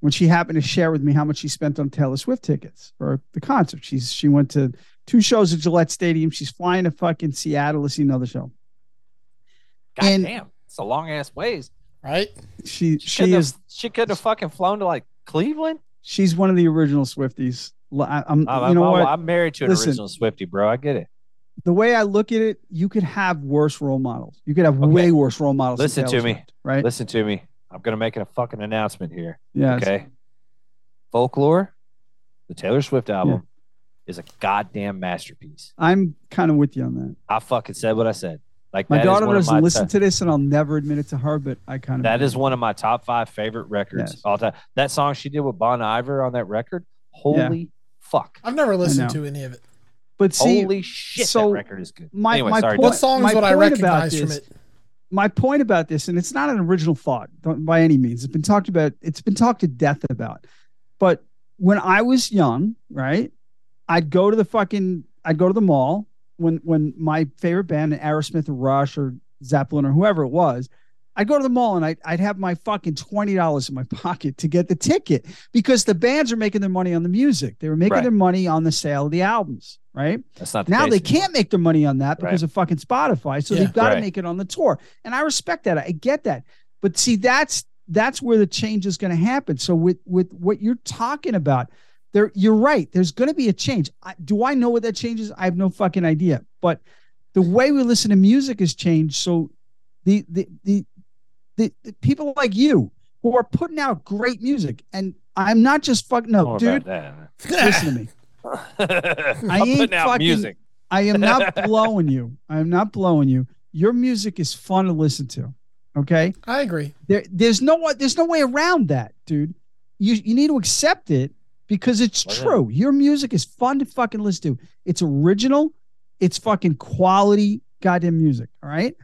S2: when she happened to share with me how much she spent on Taylor Swift tickets for the concert, she's she went to two shows at Gillette Stadium. She's flying to fucking Seattle to see another show.
S1: god
S2: and-
S1: damn it's a long ass ways
S3: right?
S1: she,
S2: She she
S1: couldn't
S2: is
S1: have, she could have fucking flown to like cleveland
S2: she's one of the original Swifties. L- I, am
S1: I'm,
S2: you know
S1: I'm,
S2: what?
S1: I'm married to an
S2: Listen.
S1: original swifty bro i get it
S2: the way I look at it, you could have worse role models. You could have
S1: Okay.
S2: way worse role models. than
S1: Listen
S2: Taylor
S1: to me.
S2: Swift, right?
S1: listen to me i'm going to make a fucking announcement here
S2: Yeah.
S1: Okay. Folklore, the Taylor Swift album, is a goddamn masterpiece.
S2: I'm kind of with you on that.
S1: I fucking said what I said. Like
S2: My
S1: that is
S2: daughter
S1: one of
S2: doesn't
S1: my
S2: listen
S1: to-
S2: to this, and I'll never admit it to her, but I kind of
S1: that is one of my top five favorite records
S2: Yes.
S1: all time. That song she did with Bon Iver on that record, holy fuck,
S3: I've never listened
S2: know.
S3: to any of it.
S2: But see,
S1: holy shit,
S2: so
S1: that record is good.
S2: my-
S1: anyway,
S2: my
S1: sorry,
S2: point-
S1: Doug.
S3: What song
S2: my
S3: is what I
S2: point about
S3: recognize from
S2: this-
S3: it?
S2: my point about this, and it's not an original thought don't, by any means. It's been talked about. It's been talked to death about. But when I was young, right, I'd go to the fucking, I'd go to the mall when when my favorite band, Aerosmith, or Rush, or Zeppelin, or whoever it was, I'd go to the mall and I'd, I'd have my fucking twenty dollars in my (laughs) pocket to get the ticket because the bands are making their money on the music. They were making
S1: Right.
S2: their money on the sale of the albums, right?
S1: That's not the
S2: Now
S1: case
S2: they
S1: anymore.
S2: can't make their money on that
S1: Right.
S2: because of fucking Spotify. So
S3: Yeah.
S2: they've got to
S1: Right.
S2: make it on the tour. And I respect that. I get that. But see, that's that's where the change is going to happen. So with with what you're talking about, there you're right. There's going to be a change. I, do I know what that change is? I have no fucking idea. But the way we listen to music has changed. So the the the the, the people like you who are putting out great music and I'm not just fucking
S1: I
S2: no,
S1: don't know
S2: dude.
S1: about
S2: Listen to me.
S1: that. (laughs) I'm
S2: I ain't
S1: putting out
S2: fucking-
S1: music.
S2: I am not blowing you. I am not blowing you. Your music is fun to listen to. Okay. (laughs)
S3: I agree.
S2: There, there's no wa- there's no way around that, dude. You you need to accept it because it's
S1: Why not?
S2: true. Your music is fun to fucking listen to. It's original. It's fucking quality goddamn music. All right.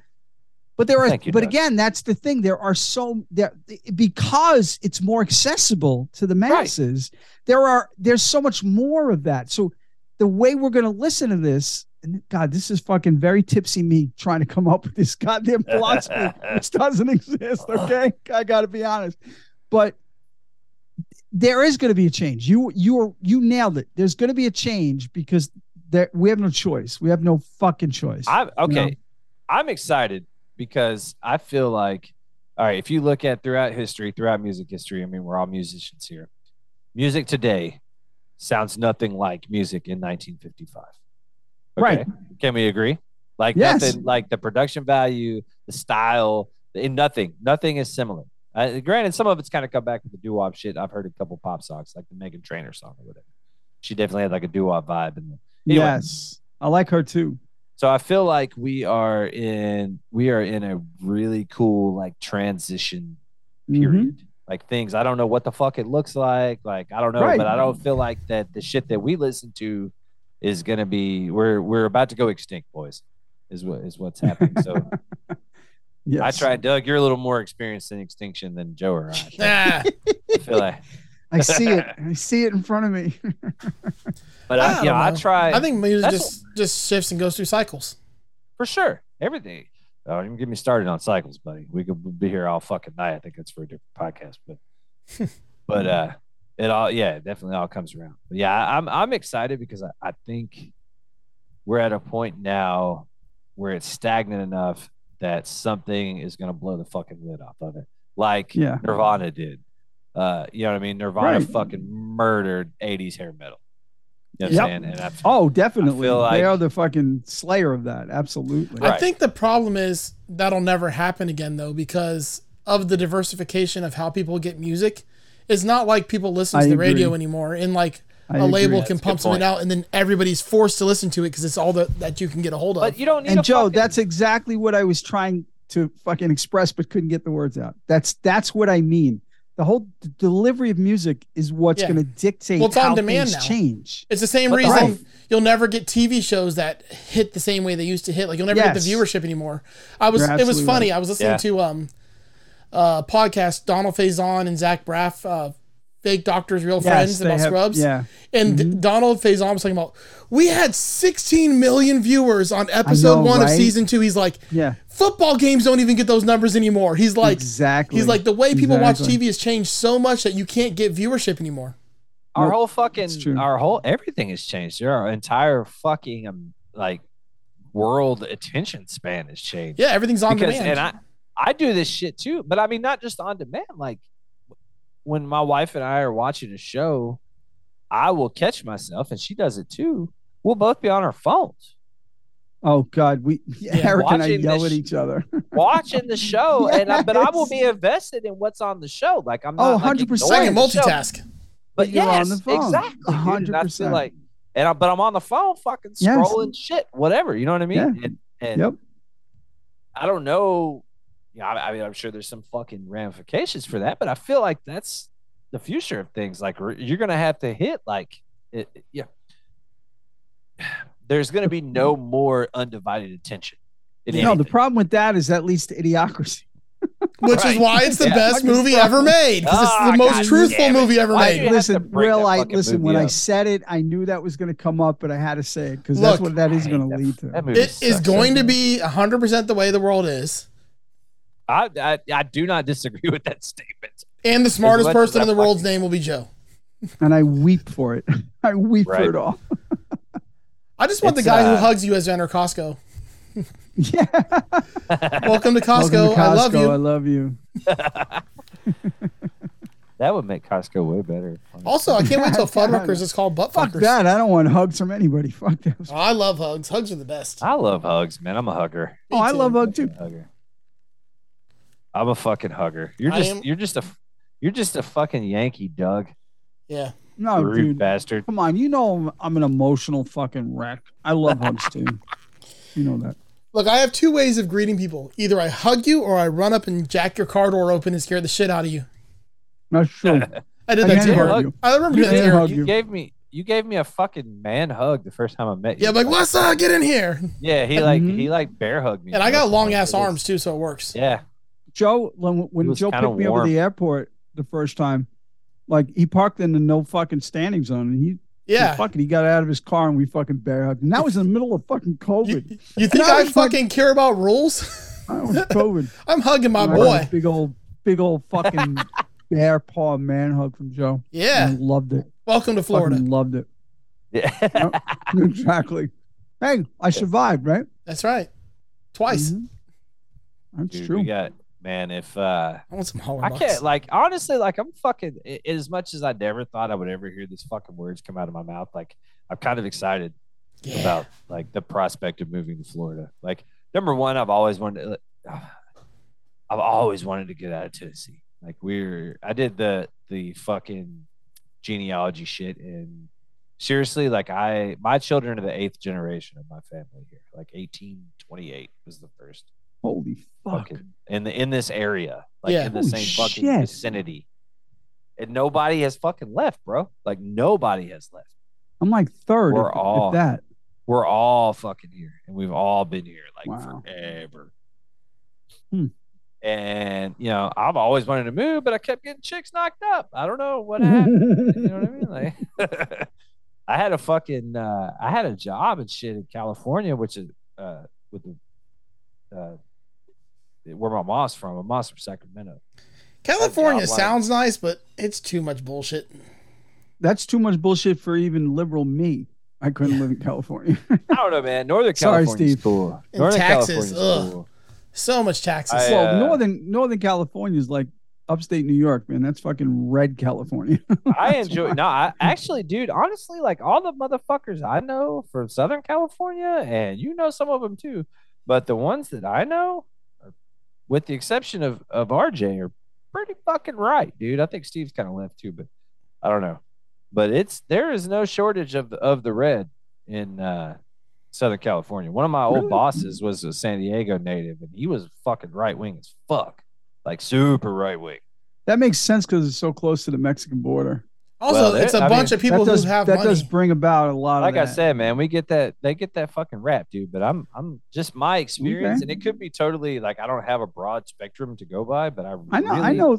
S2: But there are,
S1: Thank you,
S2: but
S1: Doug.
S2: again, that's the thing. There are so there because it's more accessible to the masses. There are there's so much more of that. So the way we're going to listen to this, and God, this is fucking very tipsy me trying to come up with this
S1: (laughs)
S2: goddamn philosophy, which doesn't exist.
S1: Oh.
S2: Okay, I got to be honest, but there is going to be a change. You you are you nailed it. There's going to be a change because there we have no choice. We have no fucking choice.
S1: I'm okay.
S2: know?
S1: I'm excited because I feel like, all right, if you look at throughout history, throughout music history, I mean, we're all musicians here. Music today sounds nothing like music in 1955.
S2: Right.
S1: Can we agree? Like
S2: Yes.
S1: nothing, like the production value, the style, in nothing, nothing is similar. Uh, granted, some of it's kind of come back with the doo wop shit. I've heard a couple pop songs, like the Megan Trainor song or whatever. She definitely had like a doo wop vibe in the anyway.
S2: Yes, I like her too.
S1: so I feel like we are in we are in a really cool like transition
S2: Mhm.
S1: period. Like things I don't know what the fuck it looks like. Like I don't know,
S2: Right.
S1: but I don't feel like that the shit that we listen to is gonna be we're we're about to go extinct, boys. Is what is what's happening. So
S2: Yes.
S1: I tried, Doug. You're a little more experienced in extinction than Joe or I.
S3: Ah,
S1: I feel like,
S2: I
S1: (laughs)
S2: see it. I see it in front of me.
S1: but I,
S3: I
S1: yeah,
S3: don't
S1: I
S3: know.
S1: tried.
S3: I think music
S1: That's
S3: just just shifts and goes through cycles.
S1: for sure. Everything. Don't even get me started on cycles, buddy. We could be here all fucking night. I think that's for a different podcast, but
S2: (laughs)
S1: but uh, it all yeah, it definitely all comes around. But yeah, I- I'm I'm excited because I, I think we're at a point now where it's stagnant enough that something is gonna blow the fucking lid off of it, like
S2: (laughs) Yeah.
S1: Nirvana did. Uh, you know what I mean? Nirvana
S2: Right.
S1: fucking murdered '80s hair metal. You know what
S2: Yep.
S1: I'm saying? And I
S2: Oh, definitely.
S1: I feel like-
S2: they are the fucking slayer of that. Absolutely.
S1: Right.
S3: I think the problem is that'll never happen again though because of the diversification of how people get music. It's not like people listen
S2: I
S3: to the
S2: agree.
S3: radio anymore and like
S2: I
S3: a
S2: agree.
S3: label
S1: That's a
S3: can
S1: good
S3: pump something
S1: point.
S3: out and then everybody's forced to listen to it because it's all that that you can get a hold of.
S1: but you don't need
S2: And
S1: a
S2: Joe,
S1: fucking-
S2: that's exactly what I was trying to fucking express, but couldn't get the words out. That's that's what I mean. The whole d- delivery of music is what's
S3: Yeah.
S2: going to dictate
S3: Well, it's on
S2: how
S3: demand
S2: things
S3: now.
S2: change.
S3: It's the same
S1: But the
S3: reason
S2: Right.
S3: you'll never get TV shows that hit the same way they used to hit. Like you'll never get
S2: Yes.
S3: the viewership anymore. I was
S2: You're
S3: it was
S2: absolutely
S3: funny. I was listening
S1: Yeah.
S3: to um uh podcast Donald Faison and Zach Braff uh fake doctors real friends
S2: they
S3: about
S2: have-
S3: scrubs.
S2: Yeah, Mm-hmm.
S3: And Donald Faison was talking about we had 16 million viewers on episode
S2: know,
S3: 1 of
S2: right?
S3: season 2. He's like
S2: yeah,
S3: football games don't even get those numbers anymore. He's like
S2: exactly.
S3: he's like the way people
S2: Exactly.
S3: watch TV has changed so much that you can't get viewership anymore.
S1: our
S2: Nope,
S1: whole
S2: true.
S1: fucking our whole everything has changed our entire fucking um, like world attention span has changed
S3: Yeah, everything's on
S1: because
S3: demand.
S1: and i i do this shit too but i mean not just on demand like when my wife and i are watching a show i will catch myself and she does it too we'll both be on our phones
S2: Oh God, we (laughs) Eric and I
S1: watching
S2: yell
S1: this-
S2: at each other. (laughs)
S1: watching the show and I, but i will be
S2: Yes.
S1: invested in what's on the show like i'm not
S2: Oh,
S1: like,
S2: 100%.
S3: it's like a
S1: ignoring the show.
S3: multitask.
S1: But
S2: But you're on
S1: yes,
S2: the phone.
S1: exactly. dude. And I
S2: 100%.
S1: feel like, and I, but I'm on the phone, fucking
S2: Yes.
S1: scrolling shit, whatever. You know what I mean?
S2: Yeah.
S1: And, and
S2: Yep.
S1: I don't know. You know, I, I mean, I'm sure there's some fucking ramifications for that, but I feel like that's the future of things. Like re- you're gonna have to hit like, it, it- yeah. There's gonna be no more undivided attention. in
S2: No, the
S1: anything.
S2: problem with that is that leads to idiocracy.
S3: which
S1: Right.
S3: is why it's the
S1: Yeah.
S3: best
S2: Fucking
S3: movie
S2: suck.
S3: ever made because it's
S1: Ah,
S3: the most
S1: God
S3: truthful
S1: damn it.
S3: movie ever
S1: Why
S3: made.
S1: you have to
S2: listen,
S1: bring that
S2: real I
S1: fucking
S2: listen. When
S1: movie
S2: I
S1: up.
S2: said it, I knew that was going to come up, but I had to say it because that's
S3: Look,
S2: what that is
S1: I
S2: going
S1: hate
S2: to
S1: that-
S2: lead to.
S1: that movie
S3: It
S1: sucks
S3: is
S1: so
S3: going to
S1: bad.
S3: be 100% the way the world is.
S1: I, I I do not disagree (laughs) with that statement.
S3: And the smartest
S1: much as
S3: person
S1: I
S3: in the
S1: fucking-
S3: world's name will be Joe.
S2: and (laughs) I weep for it. I weep
S1: Right.
S2: for it all.
S3: I just want
S1: It's,
S3: the guy who
S1: uh,
S3: hugs you as Enter Costco.
S2: (laughs) Yeah.
S3: Welcome to
S2: Welcome
S3: Costco.
S2: to
S3: I love
S2: Costco. I
S3: you.
S2: love you.
S1: That would make Costco way better.
S3: Also, I can't wait till
S2: God.
S3: Fuddruckers is called Butt
S2: Fuck
S3: Fuckers.
S2: that. I don't want hugs from anybody. (laughs) Fuck that.
S3: Oh, I love hugs. Hugs are the best.
S1: I love hugs, man. I'm a hugger.
S2: Oh, I
S3: too.
S2: love hug too.
S1: Fucking hugger. I'm a fucking hugger. You're
S3: I
S1: just
S3: am-
S1: you're just a you're just a fucking Yankee, Doug.
S3: Yeah.
S2: No,
S1: rude
S2: dude.
S1: bastard.
S2: Come on. You know I'm, I'm an emotional fucking wreck. I love hugs too. You know that.
S3: Look, I have two ways of greeting people. Either I hug you or I run up and jack your car door open and scare the shit out of you.
S1: (laughs)
S2: That's true.
S3: I did
S2: I
S3: that
S2: can't
S3: to
S1: hug
S3: her.
S2: you.
S3: I remember
S2: You
S3: doing that
S2: can't
S3: to her.
S2: hug.
S1: you,
S2: you.
S1: gave me you gave me a fucking man hug the first time I met you.
S3: Yeah, I'm like, what's up? Get in here.
S1: Yeah, he like
S2: Mhm.
S1: he like bear hugged me.
S3: And I got
S1: Like,
S3: long ass
S1: it was-
S3: arms too, so it works.
S1: Yeah. (laughs)
S2: Joe, when, when
S1: was
S2: Joe
S1: kinda
S2: picked me up
S1: warm.
S2: at the airport the first time, like he parked in the no fucking standing zone and he
S3: Yeah.
S2: fucking he got out of his car and we fucking bear hugged. And that was in the middle of fucking
S3: You, (laughs)
S2: COVID.
S3: you think
S2: That
S3: I
S2: was like-
S3: fucking care about rules? (laughs)
S2: That was COVID.
S3: I'm hugging my
S2: And I got this
S3: boy.
S2: Big old, big old
S3: (laughs)
S2: fucking bear paw man hug from Joe.
S3: Yeah.
S2: And I loved it.
S3: Welcome to Florida.
S2: Fucking loved it. (laughs)
S1: Yeah.
S2: exactly. Hey, I survived, right?
S3: That's right. Twice.
S2: Mhm. That's
S1: Dude,
S2: true.
S1: we got man, if uh
S2: Mm-hmm.
S3: I want some Hallmark.
S1: I can't like honestly like I'm fucking i- as much as I never thought I would ever hear these fucking words come out of my mouth. Like I'm kind of excited
S3: Yeah.
S1: about like the prospect of moving to Florida. Like number one, I've always wanted. To, (sighs) I've always wanted to get out of Tennessee. Like we're I did the the fucking genealogy shit and seriously like I my children are the eighth generation of my family here. Like 1828 was the first
S2: Holy fuck.
S1: fucking in the in this area, like
S3: Yeah.
S1: in the
S2: Holy
S1: same fucking
S2: shit.
S1: vicinity. And nobody has fucking left, bro. Like nobody has left.
S2: I'm like third.
S1: We're
S2: if- if
S1: all-
S2: that.
S1: We're all fucking here, and we've all been here like
S2: Wow.
S1: forever.
S2: Hmm.
S1: And you know, I've always wanted to move, but I kept getting chicks knocked up. I don't know (laughs)
S2: (laughs)
S1: what happened. you know what I mean? Like, (laughs) I had a fucking, uh, I had a job and shit in California, which is uh, with the uh, where my mom's from. My mom's from Sacramento.
S3: California
S1: That job, like-
S3: sounds nice, but it's too much bullshit.
S2: That's too much bullshit for even liberal me. I couldn't live in
S1: (laughs)
S2: California.
S1: I don't know, man. Northern
S2: Sorry,
S1: California is
S2: Steve.
S1: cool.
S3: And
S1: Northern California's
S3: taxes, ugh.
S1: cool.
S3: So much taxes.
S1: I,
S2: well,
S1: uh,
S2: northern Northern California is like upstate New York, man. That's fucking red California. (laughs)
S1: I
S2: That's
S1: enjoy.
S2: why.
S1: No, I actually, dude. Honestly, like all the motherfuckers I know from Southern California, and you know some of them too, but the ones that I know, are, with the exception of of RJ, are pretty fucking right, dude. I think Steve's kind of left too, but I don't know. But it's there is no shortage of of the red in uh, Southern California. One of my
S2: Really?
S1: old bosses was a San Diego native, and he was fucking right wing as fuck, like super right wing.
S2: That makes sense because it's so close to the Mexican border.
S3: also,
S1: well,
S3: it's a
S1: I mean,
S3: bunch of people
S2: that does,
S3: who have
S2: that
S3: money.
S2: does bring about a lot
S1: like
S2: of.
S1: I
S2: that.
S1: said, man, we get that they get that fucking rap, dude. But I'm I'm just my experience, and it could be totally like I don't have a broad spectrum to go by, but I
S2: I know, I
S1: really-
S2: know,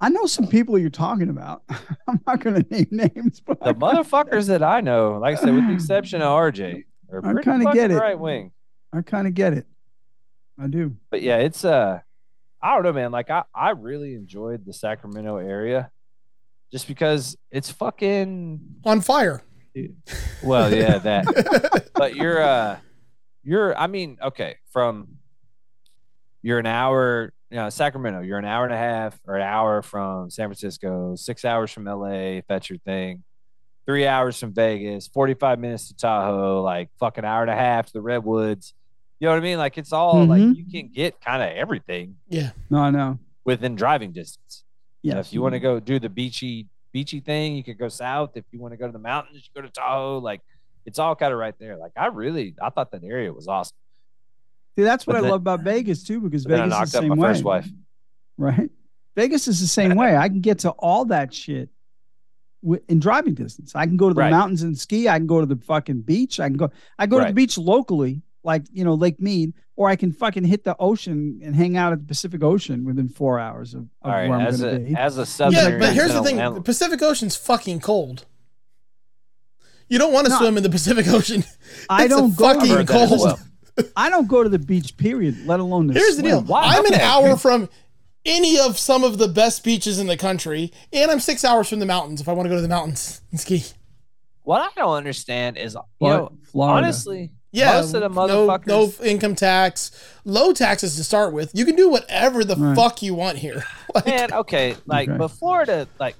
S2: I know some people you're talking about. (laughs) I'm not going to name (laughs) names, but
S1: the motherfuckers that I know. Like I said, with the exception of RJ, are
S2: I
S1: pretty
S2: kinda
S1: fucking
S2: get it.
S1: right wing.
S2: I kind of get it. I do.
S1: But yeah, it's uh, I don't know, man. Like I I really enjoyed the Sacramento area, just because it's fucking
S2: (laughs)
S3: on fire.
S1: Well, yeah, that. but you're uh you're I mean, okay, from you're an hour, you know, Sacramento, you're an hour and a half or an hour from San Francisco, 6 hours from LA, if that's your thing. 3 hours from Vegas, 45 minutes to Tahoe, like fucking hour and a half to the Redwoods. You know what I mean? Like it's all
S2: Mhm.
S1: like you can get kind of everything
S3: Yeah.
S2: No, I know.
S1: within driving distance.
S2: Yeah.
S1: You know, if you want to go do the beachy beachy thing, you could go south. If you want to go to the mountains, you go to Tahoe. Like it's all kind of right there. Like I really I thought that area was awesome.
S2: See, that's what
S1: But
S2: I
S1: then-
S2: love about Vegas too, because
S1: But then I
S2: Vegas is
S1: knocked
S2: the
S1: up
S2: same
S1: my
S2: way,
S1: first wife.
S2: right? Vegas is the same way. I can get to all that shit wi- in driving distance. I can go to the
S1: Right.
S2: mountains and ski. I can go to the fucking beach. I can go. I go to
S1: Right.
S2: the beach locally, like you know Lake Mead, or I can fucking hit the ocean and hang out at the Pacific Ocean within four hours of, of
S1: All right.
S2: where I'm
S1: As
S2: going to
S1: a
S2: be.
S1: as a southern
S3: Yeah, but here's the
S1: oriental
S3: thing:
S1: man-
S3: the Pacific Ocean's fucking cold. You don't want to
S2: No.
S3: swim in the Pacific Ocean.
S2: I
S3: It's a
S2: don't go. To
S1: I've
S3: fucking
S2: the,
S1: heard that as
S3: cold.
S1: well.
S2: I don't go to the beach. Period. Let alone the.
S3: Here's the deal:
S2: swim.
S1: Why?
S3: I'm an
S1: Okay.
S3: hour from any of some of the best beaches in the country, and I'm six hours from the mountains. If I want to go to the mountains and ski,
S1: What I don't understand is, uh, you
S2: Flo-
S1: know,
S2: Florida.
S1: honestly,
S3: Yeah,
S1: Most of the motherfuckers-
S3: no, no income tax, low taxes to start with. You can do whatever the
S2: Right.
S3: fuck you want here. Like,
S1: man, okay, like,
S2: Okay.
S1: but Florida, like,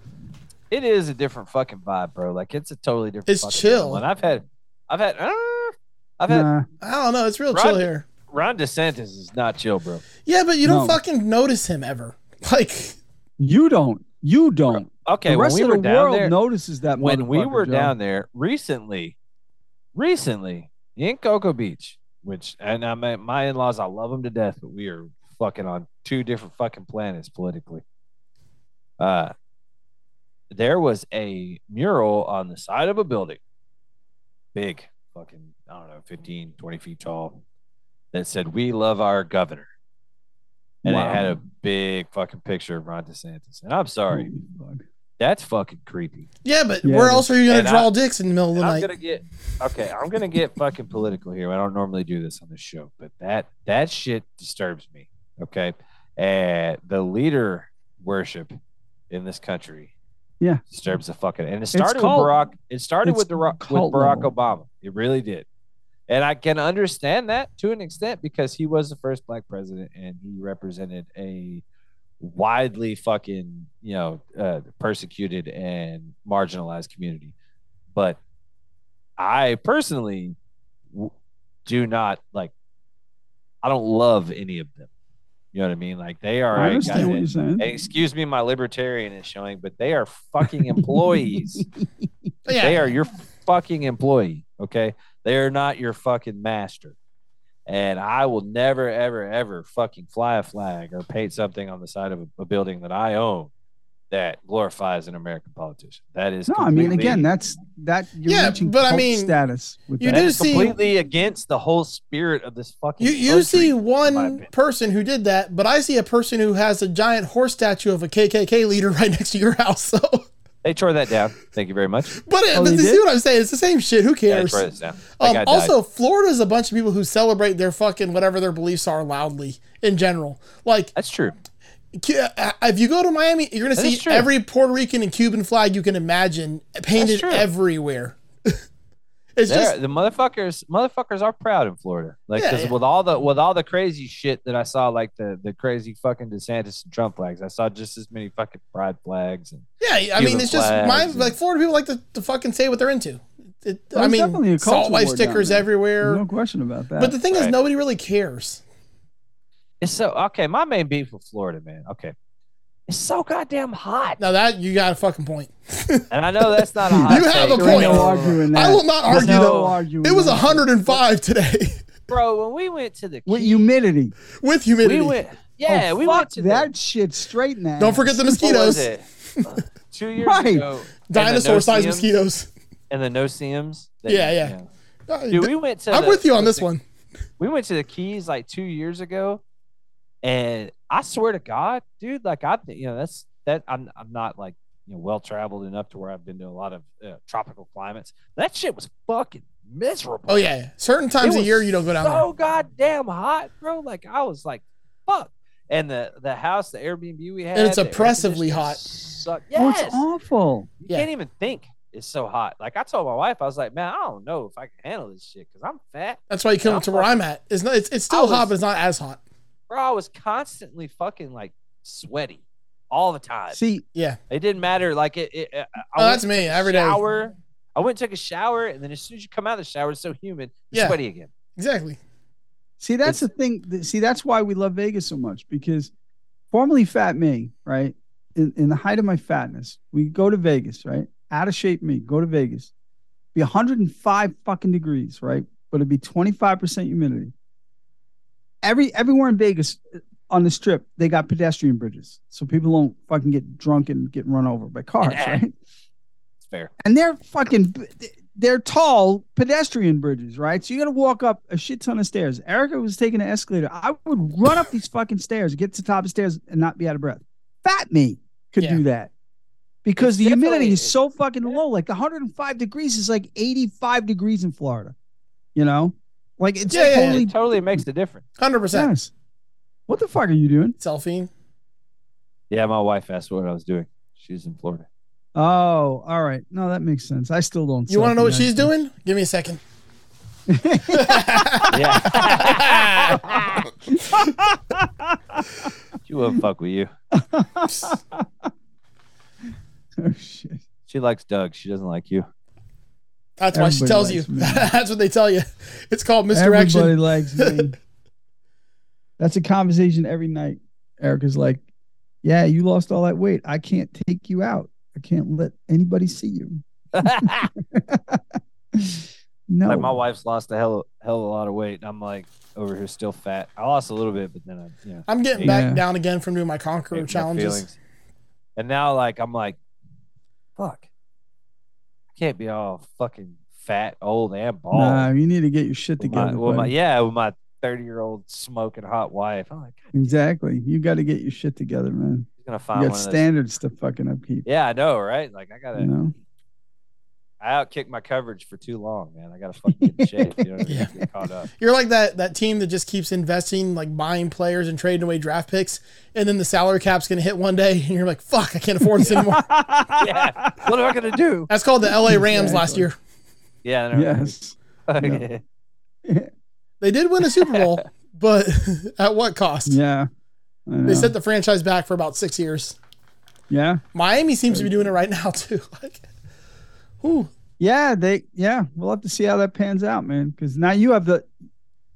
S1: it is a different fucking vibe, bro. Like, it's a totally different.
S3: It's
S1: fucking animal.
S3: chill.
S1: And I've had, I've had, uh, I've had.
S2: Nah,
S3: I don't know, it's real
S1: Right.
S3: chill here.
S1: Ron DeSantis is not chill, bro.
S3: Yeah, but you don't
S2: No.
S3: fucking notice him ever. (laughs) Like,
S2: you don't. You don't.
S1: Okay,
S2: the
S1: when
S2: rest
S1: we
S2: of
S1: were
S2: the
S1: down
S2: world
S1: there,
S2: notices that.
S1: when we
S2: motherfucker,
S1: were
S2: Joe.
S1: down there recently, recently in Cocoa Beach, which and I mean, my in laws, I love them to death, but we are fucking on two different fucking planets politically. Uh, there was a mural on the side of a building, big, fucking, I don't know, 15, 20 feet tall, that said, We love our governor. And
S2: Wow.
S1: it had a big fucking picture of Ron DeSantis. And I'm sorry,
S2: Holy fuck.
S1: that's fucking creepy.
S3: yeah, but
S2: Yeah,
S3: where
S2: but-
S3: else are you gonna
S1: and
S3: draw
S1: I-
S3: dicks in the middle of the
S1: And I'm
S3: night?
S1: gonna get okay. I'm gonna get fucking political here. I don't normally do this on this show, but that that shit disturbs me. Okay, and the leader worship in this country,
S2: Yeah.
S1: disturbs the fucking. And it started
S2: cult-
S1: with Barack. It started
S2: it's
S1: with the Ro- with
S2: cult
S1: Barack
S2: level.
S1: Obama. It really did, and I can understand that to an extent because he was the first black president and he represented a widely fucking you know uh, persecuted and marginalized community but i personally w- do not like i don't love any of them you know what i mean like they are
S2: I
S1: a guy
S2: understand what
S1: that-
S2: you're saying.
S1: and excuse me my libertarian is showing but they are fucking
S2: (laughs)
S1: employees
S3: yeah,
S1: they are your fucking employee okay they are not your fucking master and i will never ever ever fucking fly a flag or paint something on the side of a, a building that i own that glorifies an american politician that is
S2: No, I mean
S1: completely-
S2: again, that's that. You're
S3: Yeah,
S2: reaching
S3: but I
S2: cult
S3: mean,
S2: status with
S3: you
S2: that.
S1: that
S3: do
S1: is
S3: see-
S1: completely against the whole spirit of this fucking
S3: You you
S1: country,
S3: see
S1: in my
S3: one
S1: opinion.
S3: person who did that, but I see a person who has a giant horse statue of a KKK leader (laughs) right next to your house. So, but,
S1: they tore that down thank you very much
S3: (laughs) it,
S2: Oh,
S3: but
S2: they
S3: you see
S2: did?
S3: what I'm saying? It's the same shit. Who
S1: yeah, they
S3: cares?
S1: tore this down. That
S3: Um,
S1: guy died.
S3: also, Florida's a bunch of people who celebrate their fucking whatever their beliefs are loudly in general. Like,
S1: that's true
S3: Cu- uh, if you go to Miami, you're gonna
S1: That is
S3: see
S1: true.
S3: every Puerto Rican and Cuban flag you can imagine
S1: That's
S3: painted
S1: true.
S3: everywhere. (laughs) it's
S1: They're-
S3: just
S1: the motherfuckers motherfuckers are proud in Florida. Like
S3: Yeah,
S1: 'cause
S3: yeah.
S1: with all the with all the crazy shit that I saw, like the the crazy fucking DeSantis and Trump flags, I saw just as many fucking pride flags and
S3: yeah. I mean,
S1: Cuban
S3: it's just
S1: flags
S3: my
S1: and-
S3: like Florida people like to, to fucking say what they're into. It, I
S2: it's definitely
S3: mean,
S2: a
S3: salt
S2: culture
S3: life
S2: war down
S3: stickers
S2: there.
S3: everywhere.
S2: no question about that.
S3: but the thing is,
S1: Right.
S3: nobody really cares.
S1: it's so okay. My main beef with Florida, man. Okay, it's so goddamn hot,
S3: Now that you got a fucking point.
S1: and I know that's not a hot.
S3: (laughs) You have
S1: take.
S3: a
S2: there ain't
S3: point.
S2: no arguing that.
S3: I will not
S2: There's
S3: argue
S2: no
S1: though.
S2: arguing
S3: that. It was
S2: that.
S3: 105 today (laughs)
S1: bro. When we went to the
S2: with
S1: Keys,
S2: humidity.
S3: with humidity.
S1: we went. Yeah,
S2: Oh,
S1: we
S2: fuck
S1: went to the-
S2: that shit straight now.
S3: Don't forget
S1: (laughs)
S3: the
S1: what was
S3: mosquitoes.
S1: it? Uh, Two years
S2: Right.
S1: ago, and the
S3: Dinosaur-sized
S1: no-see-ums-
S3: mosquitoes. (laughs)
S1: and the no seams.
S3: Yeah, yeah.
S1: Dude, we went to.
S3: I'm
S1: the-
S3: with you on
S1: the-
S3: this one.
S1: we went to the keys like two years ago and i swear to god dude like i you know that's that i'm, I'm not like you know well traveled enough to where i've been to a lot of uh, tropical climates that shit was fucking miserable
S3: Oh yeah, certain times
S1: It
S3: a
S1: was
S3: year you don't go down there.
S1: so goddamn hot bro like i was like fuck and the the house the airbnb we had
S3: it's
S1: the air
S3: oppressively
S1: conditioning
S3: hot.
S1: sucked.
S2: Oh, it's
S1: yes
S2: awful.
S1: you
S3: Yeah.
S1: can't even think it's so hot like i told my wife i was like man i don't know if i can handle this shit because i'm fat
S3: That's why you come
S1: I'm
S3: to where I'm at. It's not. It's, it's still
S1: I was-
S3: hot, but it's not as hot.
S1: bro, I was constantly fucking like sweaty all the time.
S2: See,
S3: Yeah.
S1: It didn't matter. Like it, it I- I
S3: Oh,
S1: went
S3: that's
S1: and
S3: me
S1: took a
S3: every day.
S1: Shower. I went and took a shower, and then as soon as you come out of the shower, it's so humid, you're
S3: Yeah.
S1: sweaty again.
S3: Exactly.
S2: see, that's the thing. th- See, that's why we love Vegas so much because formerly fat me, right? In, in the height of my fatness, we go to Vegas, right? Out of shape me, go to Vegas. Be 105 fucking degrees, right? But it'd be 25% humidity. Every everywhere in Vegas uh, on the strip, they got pedestrian bridges. So people don't fucking get drunk and get run over by cars,
S1: Yeah.
S2: right?
S1: It's fair.
S2: and they're fucking they're tall pedestrian bridges, right? So you got to walk up a shit ton of stairs. Erica was taking an escalator. I would run up these fucking stairs, get to the top of stairs, and not be out of breath. Fat me could
S3: Yeah.
S2: do that because the humidity
S1: definitely-
S2: is so fucking low. Like 105 degrees is like 85 degrees in Florida. You know, like it's
S3: Yeah, yeah, yeah.
S2: totally
S1: It totally makes the difference.
S3: Hundred percent.
S2: yes. What the fuck are you doing?
S3: Selfie. (laughs)
S1: Yeah, my wife asked what I was doing. She was in Florida.
S2: Oh, all right. No, that makes sense. I still don't.
S3: You want to know what she's
S2: self-recognize
S3: doing? Give me a second.
S1: Yeah. she won't fuck with you.
S2: that. (laughs) Oh shit.
S1: She likes Doug. She doesn't like (laughs) you.
S3: That's why she
S2: Everybody
S3: tells you.
S2: likes me.
S3: (laughs) That's what they tell you. It's called misdirection.
S2: Everybody likes me. That's a conversation every night. Erica's like, "Yeah, you lost all that weight. I can't take you out. I can't let anybody see you." (laughs)
S1: like
S2: No.
S1: my wife's lost a hell hell of a lot of weight. And I'm like over here still fat. I lost a little bit, but then I you know
S3: I'm getting
S2: Yeah.
S3: back down again from doing my
S1: hate my
S3: conqueror challenges.
S1: feelings. And now like I'm like, fuck. I can't be all fucking fat, old, and bald.
S2: Nah, you need to get your shit
S1: with my-
S2: together.
S1: with my-
S2: buddy.
S1: yeah, with my 30 year old smoking hot wife. I'm like, God,
S2: Exactly. You got to get your shit together, man.
S1: she's gonna
S2: You
S1: find
S2: got
S1: one of those.
S2: standards to fucking upkeep.
S1: Yeah, I know, right? Like I gotta
S2: You know.
S1: I outkicked my coverage for too long, man. I gotta fucking get in shape. You know
S2: (laughs)
S1: what I mean?
S3: Yeah.
S1: Get caught up.
S3: You're like that that team that just keeps investing, like buying players and trading away draft picks, and then the salary cap's gonna hit one day, (laughs) and you're like, "Fuck, I can't afford
S2: (laughs)
S3: this anymore."
S1: (laughs) Yeah. What am I gonna do?
S3: That's called the L.A. Rams last
S2: Exactly.
S3: year.
S1: Yeah. I know.
S2: Yes.
S1: (laughs)
S2: Yeah.
S3: They did win a
S2: (laughs)
S3: Super Bowl, but (laughs) at what cost?
S2: Yeah. I know.
S3: They set the franchise back for about six years.
S2: yeah.
S3: Miami seems to be doing it right now (laughs) too. Like, whew.
S2: Yeah, they yeah, we'll have to see how that pans out, man. Because now you have the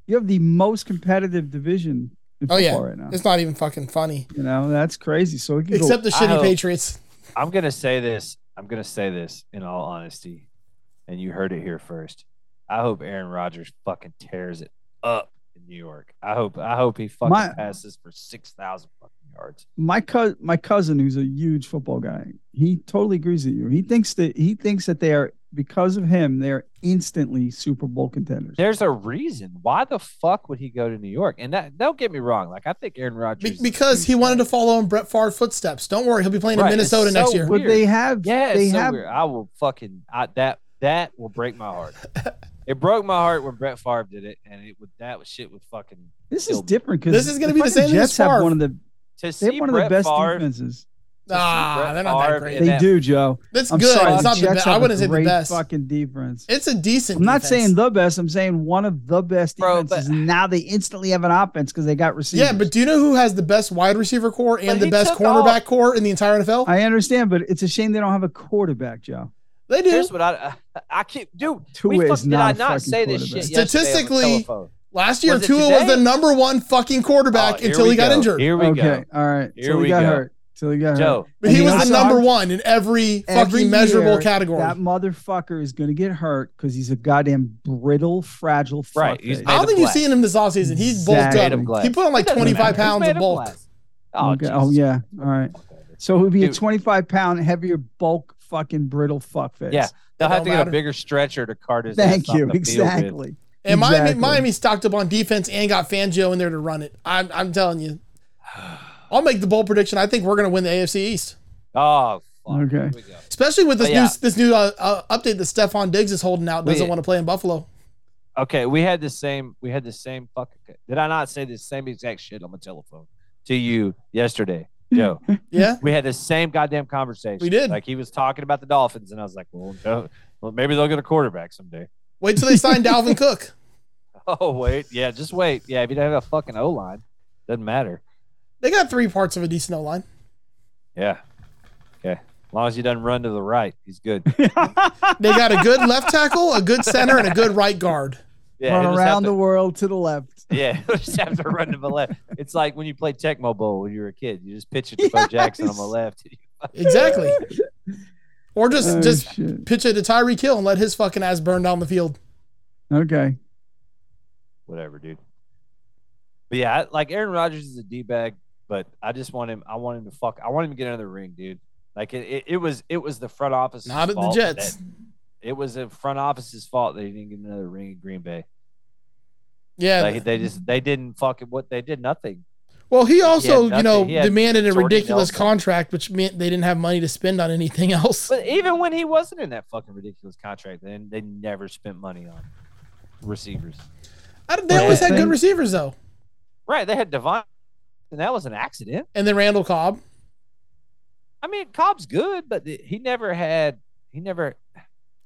S2: you have the most competitive division in
S3: Oh
S2: football
S3: yeah,
S2: right now.
S3: it's not even fucking funny.
S2: You know that's crazy. So we can
S3: Except the
S1: I
S3: shitty
S1: hope-
S3: Patriots.
S1: I'm gonna say this. I'm gonna say this in all honesty, and you heard it here first. I hope Aaron Rodgers fucking tears it up in New York. I hope. I hope he fucking
S2: My-
S1: passes for six thousand fucking yards.
S2: go. My cousin, my cousin, who's a huge football guy, he totally agrees with you. He thinks that he thinks that they are because of him, they are instantly Super Bowl contenders.
S1: There's a reason why the fuck would he go to New York? And that don't get me wrong. Like I think Aaron Rodgers
S3: Be-
S1: is a
S3: because he
S1: huge
S3: wanted to
S1: talent.
S3: follow in Brett Favre's footsteps. Don't worry, he'll be playing
S1: Right,
S3: in
S1: it's
S3: Minnesota next
S1: so
S3: year.
S2: But they have,
S1: Yeah,
S2: they
S1: it's so
S2: have,
S1: weird. I will fucking I, that that will break my
S2: (laughs)
S1: heart. it broke my heart when Brett Favre did it, and it would that was shit would fucking
S2: this is
S1: Still-
S2: different because
S3: This is gonna be the same as
S2: Jets have
S3: Favre.
S2: one of the
S1: to
S2: they
S1: see
S2: have one of
S1: Brett
S2: the best
S1: Favre.
S2: defenses.
S3: Ah,
S1: Brett
S3: they're not
S1: Favre
S3: that great.
S1: and
S2: They
S1: that-
S2: do, Joe.
S3: That's
S2: I'm
S3: good.
S2: sorry,
S3: it's
S2: the
S3: not the
S2: Jets
S3: best.
S2: have
S3: I
S2: a
S3: wouldn't say the
S2: great
S3: best.
S2: Fucking defense.
S3: It's a decent.
S2: I'm not
S3: defense.
S2: saying the best. I'm saying one of the best
S1: Bro,
S2: defenses.
S1: but-
S2: and now they instantly have an offense because they got receivers.
S3: Yeah, but do you know who has the best wide receiver core
S1: But
S3: and
S1: he
S3: the best
S1: took
S3: cornerback
S1: off.
S3: core in the entire NFL?
S2: I understand. But it's a shame they don't have a quarterback, Joe.
S3: they do.
S1: Here's what I I, I keep dude.
S2: Tua
S1: we
S2: is
S1: fucking, did
S2: not
S1: I
S2: a
S1: not
S2: fucking
S1: say this
S2: quarterback.
S1: shit? yesterday on the
S3: Statistically,
S1: telephone?
S3: Last year,
S1: Was it
S3: Tua was
S1: today?
S3: the number one fucking
S1: Oh,
S3: quarterback
S1: here
S3: until
S1: we
S3: he got
S1: go.
S3: injured.
S1: Here we
S2: okay,
S1: go.
S2: all right.
S1: Here
S2: till
S1: we
S2: he got
S1: go.
S2: hurt. Till he got hurt.
S1: Joe,
S3: But he
S2: And
S3: was
S1: he
S3: the
S1: also-
S3: number one in every
S2: Every
S3: fucking measurable
S2: year,
S3: category.
S2: That motherfucker is going to get hurt because he's a goddamn brittle, fragile.
S1: Right,
S2: fuckface.
S1: he's
S3: I
S1: made
S3: don't
S1: of
S3: think you've
S1: glass.
S3: seen him this offseason. He's bulked
S2: Exactly.
S1: Made of
S3: up.
S1: glass.
S3: He put on like
S1: It doesn't
S3: 25
S1: matter. He's
S3: pounds
S1: made
S3: of bulk.
S1: glass. Oh,
S2: Okay,
S1: Jesus.
S2: oh yeah. All right. So he'll be a
S1: Dude.
S2: 25 pound heavier bulk, fucking brittle fuckface.
S1: Yeah, they'll
S3: It
S1: have
S3: don't
S1: to get
S3: matter.
S1: a bigger stretcher to cart his.
S2: Thank
S1: ass off
S2: you.
S1: the field with.
S2: Exactly.
S3: And Miami,
S2: Exactly.
S3: Miami stocked up on defense and got Fangio in there to run it. I'm, I'm telling you. I'll make the bold prediction. I think we're going to win the AFC East,
S1: (sighs) Oh, fuck.
S2: Okay.
S1: Here we go.
S3: especially with this
S1: Oh, yeah.
S3: new this new uh, uh, update that Stephon Diggs is holding out. Doesn't
S1: We-
S3: want to play in Buffalo.
S1: Okay, we had the same. We had the same fucking. Did I not say the same exact shit on the telephone to you
S2: (laughs)
S1: yesterday, Joe?
S3: Yeah,
S1: we had the same goddamn conversation.
S3: We did.
S1: Like he was talking about the Dolphins, and I was like, "Well, no, well maybe they'll get a quarterback someday."
S3: wait till they sign Dalvin Cook.
S1: Oh wait, yeah, just wait. Yeah, if you don't have a fucking O line, doesn't matter.
S3: They got three parts of a decent O line.
S1: Yeah. Okay. As long as he doesn't run to the right, he's good.
S3: They got a good left tackle, a good center, and a good right guard.
S1: Yeah. he'll
S2: Run
S1: just have
S2: around
S1: to-
S2: the world to the left.
S1: (laughs) Yeah, he'll just have to run to the left. It's like when you played Tecmo Bowl when you were a kid. You just pitch it to Bo Jackson on the
S2: (laughs) Yes.
S1: left. (laughs)
S3: Exactly. Or just
S2: Oh,
S3: just
S2: shit.
S3: pitch it to Tyreek Hill and let his fucking ass burn down the field.
S2: okay.
S1: Whatever, dude. But yeah, I- like Aaron Rodgers is a d bag, but I just want him. I want him to fuck. I want him to get another ring, dude. Like it, it, it was, it was the front office.
S3: Not at the Jets.
S1: it was the front office's fault that he didn't get another ring in Green Bay.
S3: Yeah.
S1: Like they just, they didn't fucking what they did nothing.
S3: well, he also,
S1: nothing.
S3: you know,
S1: He had
S3: demanded a
S1: Jordy
S3: ridiculous
S1: Nelson.
S3: contract, which meant they didn't have money to spend on anything else.
S1: But even when he wasn't in that fucking ridiculous contract, then they never spent money on receivers.
S3: I don't- they always had good
S2: Right.
S3: receivers though,
S1: Right. They had Devon, and that was an accident.
S3: and then Randall Cobb.
S1: I mean, Cobb's good, but th- he never had. He
S2: (laughs)
S1: never.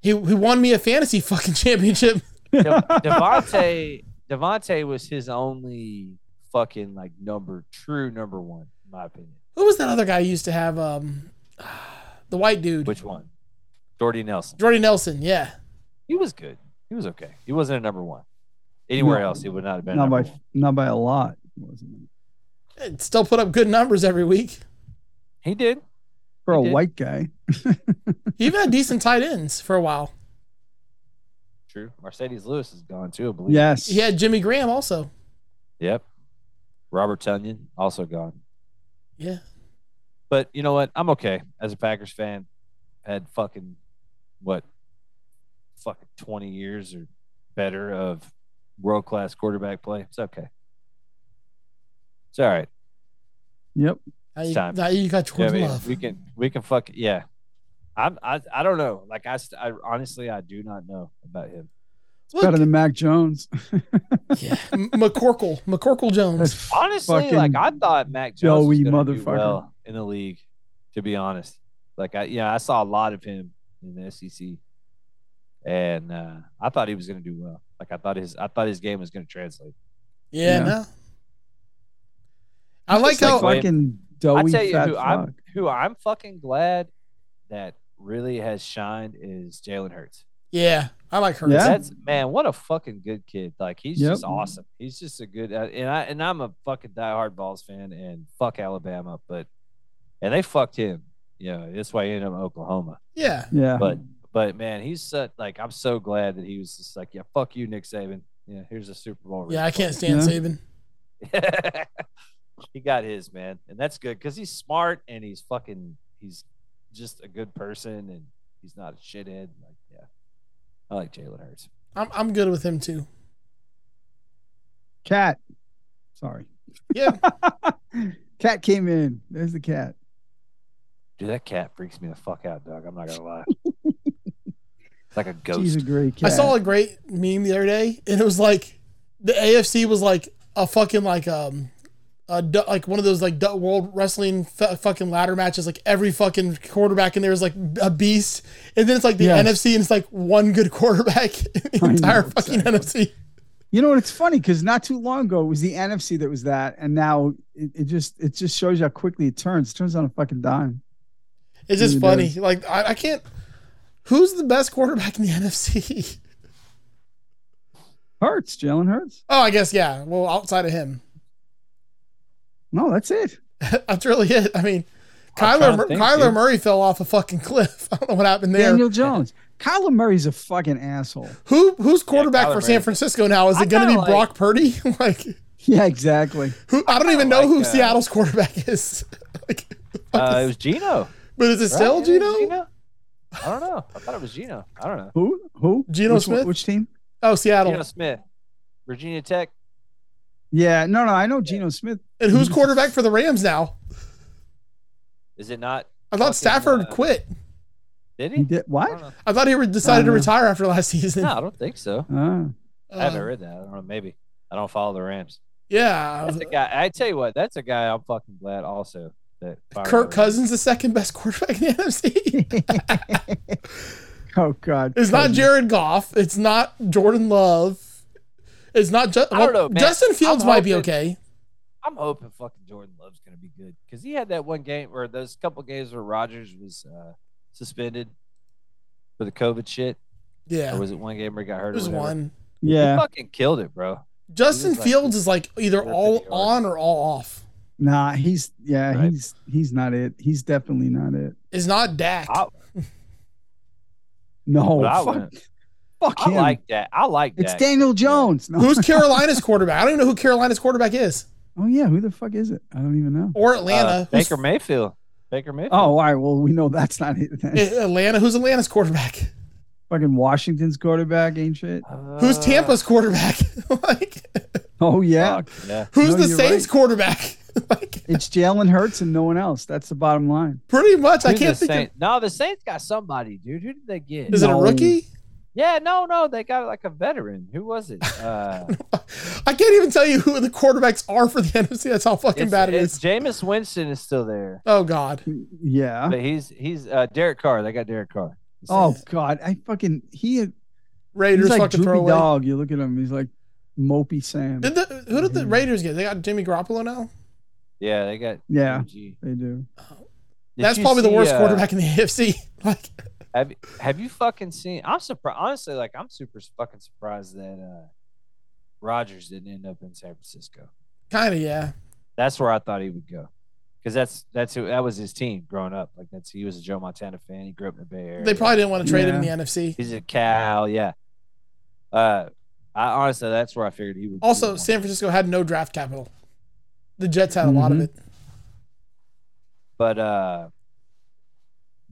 S3: He, he won me a fantasy fucking (laughs) championship.
S1: De- Devontae Devontae was his only fucking like number true number one in my opinion.
S3: Who was that other guy who used to have um (sighs) the white dude?
S1: Which one? Jordy Nelson.
S3: Jordy Nelson, yeah.
S1: He was good. He was okay. He wasn't a number one. Anywhere
S2: No.
S1: else, he would not have been. a
S2: not
S1: number
S2: by
S1: one.
S2: not by a lot. Wasn't it?
S3: And still put up good numbers every week.
S1: He did.
S2: For
S1: He
S2: a
S1: did.
S2: white guy,
S3: He even had decent tight ends for a while.
S1: True. Mercedes Lewis is gone too, I believe.
S2: yes,
S3: He had Jimmy Graham also.
S1: Yep. Robert Tunyon also gone.
S3: Yeah.
S1: But you know what? I'm okay as a Packers fan. Had fucking what? Fucking 20 years or better of world class quarterback play. It's okay. It's all right.
S2: yep.
S3: Now
S1: It's
S3: you,
S1: time.
S3: now you got
S1: Yeah, I
S3: Jordan
S1: mean,
S3: Love.
S1: we can we can fuck yeah. I'm I, I don't know. Like I, st- I honestly I do not know about him.
S3: Look,
S2: Better than Mac
S3: (laughs)
S2: Jones.
S3: yeah. M- McCorkle. McCorkle Jones.
S1: Honestly,
S2: Fucking
S1: like I thought Mac Jones was
S2: Joey
S1: gonna do
S2: motherfucker.
S1: well in the league. To be honest, like I yeah I saw a lot of him in the SEC, and uh, I thought he was going to do well. Like I thought his I thought his game was going to translate.
S3: Yeah,
S2: Yeah.
S3: no. I like
S1: like
S3: how
S1: Wayne.
S2: fucking doughy
S1: I tell you
S2: fat
S1: who
S2: fuck.
S1: I'm who I'm fucking glad that really has shined is Jalen Hurts.
S3: Yeah, I like Hurts.
S2: Yeah.
S1: That's man, what a fucking good kid. Like he's
S2: Yep.
S1: just awesome. He's just a good uh, and I and I'm a fucking diehard balls fan and fuck Alabama, but and they fucked him. You know, that's why he ended up in Oklahoma.
S3: Yeah.
S2: Yeah,
S3: (laughs)
S1: But but man, he's such like I'm so glad that he was just like, Yeah, fuck you, Nick Saban. Yeah, here's a Super Bowl. ring.
S3: Yeah, I can't stand
S2: Yeah.
S3: Saban.
S1: (laughs) he got his man, and that's good because he's smart and he's fucking he's just a good person and he's not a shithead. Like, yeah. I like Jalen Hurts.
S3: I'm I'm good with him too.
S2: cat. Sorry.
S3: Yeah.
S2: (laughs) cat came in. There's the cat.
S1: Dude, that cat freaks me the fuck out, dog. I'm not gonna
S3: (laughs)
S1: lie. it's like a ghost.
S2: She's a great
S3: I
S2: cat.
S3: saw a great meme the other day, and it was like the AFC was like a fucking like um a du- like one of those like du- world wrestling fu- fucking ladder matches. Like every fucking quarterback in there is like a beast, and then it's like the
S2: Yes.
S3: NFC, and it's like one good quarterback (laughs) in the
S2: I know,
S3: entire fucking NFC.
S2: You know what? It's funny because not too long ago it was the NFC that was that, and now it, it just it just shows you how quickly it turns. It turns on a fucking dime.
S3: It's just
S2: It
S3: funny.
S2: does.
S3: Like I, I can't. Who's the best quarterback in the (laughs) NFC?
S2: Hurts, Jalen Hurts.
S3: Oh, I guess yeah. Well, outside of him, (laughs)
S2: No, that's it.
S3: that's really it. I mean,
S1: I'm
S3: Kyler
S1: trying to
S3: Mur-
S1: think,
S3: Kyler
S1: dude.
S3: Murray fell off a fucking cliff. (laughs) I don't know what happened there.
S2: Daniel Jones. Kyler Murray's a fucking asshole.
S1: (laughs)
S3: Who who's quarterback
S1: Kyler
S3: for San
S1: Murray.
S3: Francisco now? Is
S1: I
S3: it going to be
S1: kinda like-
S3: Brock Purdy? (laughs) like
S2: Yeah, exactly.
S3: who? I, don't even know
S1: like,
S3: who
S1: uh,
S3: Seattle's quarterback is. (laughs) like,
S1: Uh, it was Gino.
S3: but is it
S1: right?
S3: still
S1: It was
S3: Gino?
S1: I don't know. I thought it was Gino. I don't know.
S2: Who? Who?
S3: Geno
S2: which,
S3: Smith?
S2: Which team?
S3: Oh, Seattle.
S1: Gino Smith, Virginia Tech.
S2: Yeah, no, no, I know Geno Smith.
S3: And who's quarterback for the Rams now?
S1: Is it not?
S3: I thought
S1: Fucking,
S3: Stafford
S1: uh,
S3: quit.
S1: Did
S2: He
S1: he?
S2: did
S1: I (laughs) don't
S2: what?
S1: know.
S3: I thought he re- decided to
S2: know.
S3: retire after last season.
S1: Uh-huh. No, I don't think so.
S2: Ah,
S1: I haven't
S3: Uh,
S1: read that. I don't know. Maybe I don't follow the Rams.
S3: yeah,
S1: That's a guy. I tell you what. That's a guy. I'm fucking glad also that fired
S3: Kirk
S1: over.
S3: Cousins the second best (laughs) quarterback in the NFC.
S2: (laughs) oh God.
S3: It's not
S2: Cousins.
S3: Jared Goff. It's not Jordan Love. It's not just
S1: I don't know, man.
S3: Justin Fields
S1: I'm
S3: might be
S1: hoping-
S3: okay.
S1: I'm hoping fucking Jordan Love's gonna be good because he had that one game or those couple games where Rogers was uh, suspended for the COVID shit.
S3: Yeah,
S1: Or was it one game where he got hurt?
S3: there's
S1: or whatever?
S3: one.
S1: He
S2: (laughs) Yeah.
S1: fucking killed it, bro.
S3: Justin
S1: He was, like,
S3: Fields is like either
S1: ripping
S3: all
S1: yards.
S3: on or all off.
S2: Nah, he's yeah,
S1: Right.
S2: he's he's not it. He's definitely not it.
S3: It's not Dak.
S1: I,
S2: No,
S1: but I,
S2: Oh, fuck,
S1: wouldn't-
S2: fuck
S1: I
S2: him.
S1: like that. I like that.
S2: it's Daniel Jones. No.
S3: (laughs) Who's Carolina's quarterback? I don't even know who Carolina's quarterback is.
S2: Oh yeah, who the fuck is it? I don't even (laughs) know.
S3: Or
S1: Uh,
S3: Atlanta. who's-
S1: Baker Mayfield. Baker Mayfield.
S2: Oh, all right. Well, we know that's not it. then.
S3: A- (laughs) Atlanta. Who's Atlanta's quarterback?
S2: (laughs) Fucking Washington's quarterback ain't shit.
S3: Who's
S1: Uh,
S3: Tampa's quarterback? (laughs) like,
S2: Oh yeah,
S1: fuck, yeah.
S3: who's
S2: No,
S3: the
S2: you're
S3: Saints
S2: right.
S3: quarterback? (laughs) like,
S2: it's Jalen Hurts and no one else. That's the bottom line.
S3: pretty much. I
S1: Who's
S3: can't
S1: the
S3: think.
S1: Saints? No, the Saints got somebody, dude. Who did they get?
S3: Of, is it
S2: No.
S3: a rookie? (laughs)
S1: Yeah, no, no, they got like a veteran. Who was it? Uh,
S3: I can't even tell you who the quarterbacks are for the (laughs) NFC. That's how fucking
S1: it's,
S3: bad it
S1: it's
S3: is.
S1: Jameis Winston is still there,
S3: Oh God.
S2: Yeah.
S1: but he's he's uh, Derek Carr. They got Derek Carr.
S2: Oh God, I fucking he. Had, he's
S3: Raiders
S2: like
S3: fucking
S2: droopy
S3: throwaway.
S2: dog. You look at him. He's like mopey Sam.
S3: Did the who did the Raiders get? They got Jimmy Garoppolo now?
S1: yeah, they got
S2: Yeah,
S1: Did
S2: they do.
S3: That's
S1: you
S3: probably the
S1: see,
S3: worst
S1: uh,
S3: quarterback in the (laughs) AFC. Like
S1: Have Have you fucking seen? I'm surprised. Honestly, like I'm super fucking surprised that uh Rogers didn't end up in San Francisco.
S3: kinda, yeah.
S1: That's where I thought he would go, because that's that's who that was his team growing up. Like that's he was a Joe Montana fan. He grew up in the Bay Area.
S3: They probably didn't want to trade him in the
S2: Yeah.
S3: NFC.
S1: He's a Cal, yeah. Uh, I honestly, that's where I figured he would.
S3: Also,
S1: would
S3: San Francisco had no draft capital. The Jets had a lot of
S2: Mhm.
S3: it.
S1: but uh,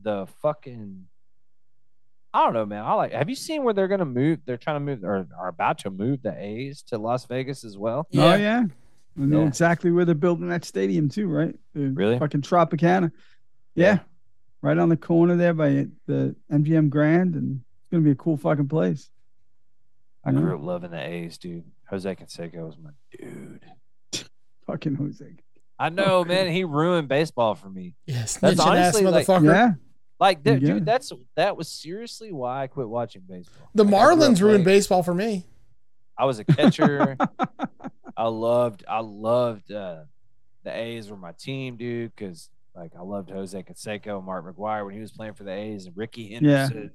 S1: the fucking, I don't know, man. I like. Have you seen where they're gonna move? They're trying to move or are about to move the A's to Las Vegas as well.
S2: Oh yeah. I know
S1: Yeah.
S2: exactly where they're building that stadium too, right? The
S1: Really?
S2: Fucking Tropicana. Yeah.
S1: Yeah.
S2: Right on the corner there by the MGM Grand, and it's gonna be a cool fucking place.
S1: I
S2: Yeah.
S1: grew up loving the A's, dude. Jose Canseco was my dude.
S2: Fucking Jose.
S1: I know, man. He ruined baseball for me.
S3: Yes,
S1: That's
S3: snitching ass
S1: honestly, like,
S3: motherfucker.
S2: Yeah.
S1: Like, th-
S2: Yeah.
S1: dude, that's that was seriously why I quit watching baseball.
S3: The
S1: Like, I grew
S3: Marlins
S1: up
S3: ruined
S1: late.
S3: baseball for me.
S1: I was a
S2: (laughs)
S1: catcher. I loved I loved uh, the A's were my team, dude, because like I loved Jose Canseco, Mark McGuire when he was playing for the A's, and Ricky
S2: Yeah.
S1: Henderson.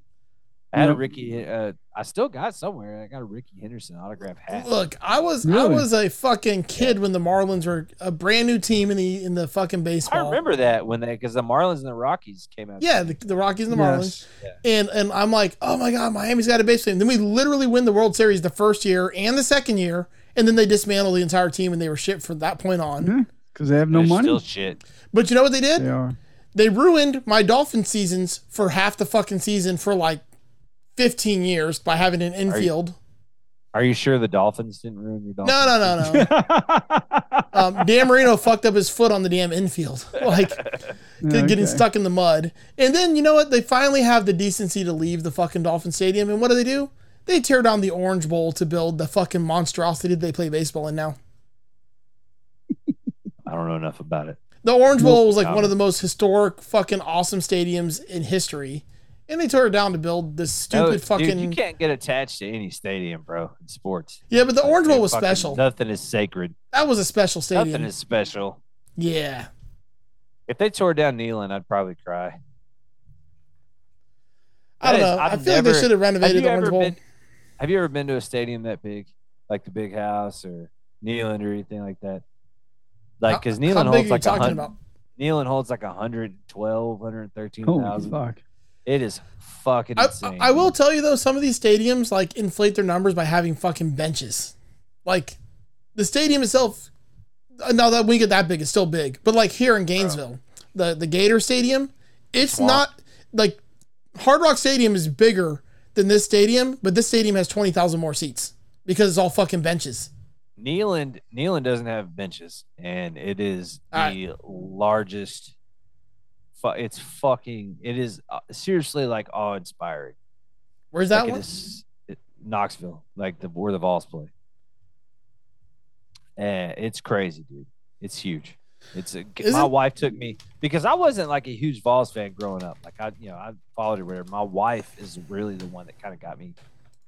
S1: I had a
S2: Yep.
S1: Ricky. Uh, I still got somewhere. I got a Ricky Henderson autograph hat.
S3: Look, I was I
S2: Really?
S3: was a fucking kid when the Marlins were a brand new team in the in the fucking baseball.
S1: I remember that when they because the Marlins and the Rockies came out.
S3: Yeah, the, the Rockies and the Marlins.
S2: Yes.
S3: And and I'm like, oh my god, Miami's got a baseball team. Then we literally win the World Series the first year and the second year, and then they dismantle the entire team and they were shit from that point on.
S2: Yeah. Because they have no
S1: They're
S2: money.
S1: Still shit.
S3: But you know what they did?
S2: They are.
S3: They ruined my Dolphin seasons for half the fucking season for like 15 years by having an infield.
S1: Are you sure the Dolphins didn't ruin your Dolphins?
S3: No, no, no,
S2: (laughs)
S3: no. um, Dan Marino fucked up his foot on the damn infield, (laughs) like
S2: Yeah,
S3: getting
S2: okay.
S3: stuck in the mud. And then you know what? They finally have the decency to leave the fucking Dolphin Stadium, and what do they do? They tear down the Orange Bowl to build the fucking monstrosity they play baseball in now.
S1: I don't know enough about it.
S3: The Orange
S2: Nope.
S3: Bowl was like
S1: Got
S3: one
S1: it.
S3: of the most historic, fucking awesome stadiums in history, and they tore it down to build this
S1: No,
S3: stupid fucking.
S1: dude, you can't get attached to any stadium, bro. In sports,
S3: yeah, but the
S1: Like,
S3: Orange Bowl
S1: dude,
S3: was
S1: fucking
S3: special.
S1: Nothing is sacred.
S3: That was a special stadium.
S1: Nothing is special.
S3: yeah,
S1: If they tore down Neyland, I'd probably cry. That
S3: I don't
S1: is-
S3: know. I
S1: I've
S3: feel like they
S1: never- Have
S3: should have
S1: you,
S3: renovated the Orange
S1: ever
S3: Bowl.
S1: been, have you ever been to a stadium that big, like the Big House or Neyland or anything like that? Like, because
S3: How
S1: Neyland
S3: big are
S1: holds
S3: you
S1: like a
S3: talking
S1: hundred.
S3: about?
S1: Neyland holds like 112, 113,000.
S2: Holy fuck.
S1: It is fucking
S3: I,
S1: insane.
S3: I will tell you though, some of these stadiums like inflate their numbers by having fucking benches. Like the stadium itself, uh, now that we get that big, it's still big. But like here in Gainesville, the the Gator Stadium, it's
S1: Swamp.
S3: not like Hard Rock Stadium is bigger than this stadium, but this stadium has twenty thousand more seats because it's all fucking benches.
S1: Neyland Neyland doesn't have benches, and it is the
S3: All
S1: largest. Fu- it's fucking. It is uh, seriously like awe inspiring.
S3: Where's that
S1: like
S3: one?
S1: It is it, Knoxville, like the where the Vols play. And it's crazy, dude. It's huge. It's a,
S3: Is
S1: my
S3: it-
S1: wife took me because I wasn't like a huge Vols fan growing up. Like I, you know, I followed it. Where my wife is really the one that kind of got me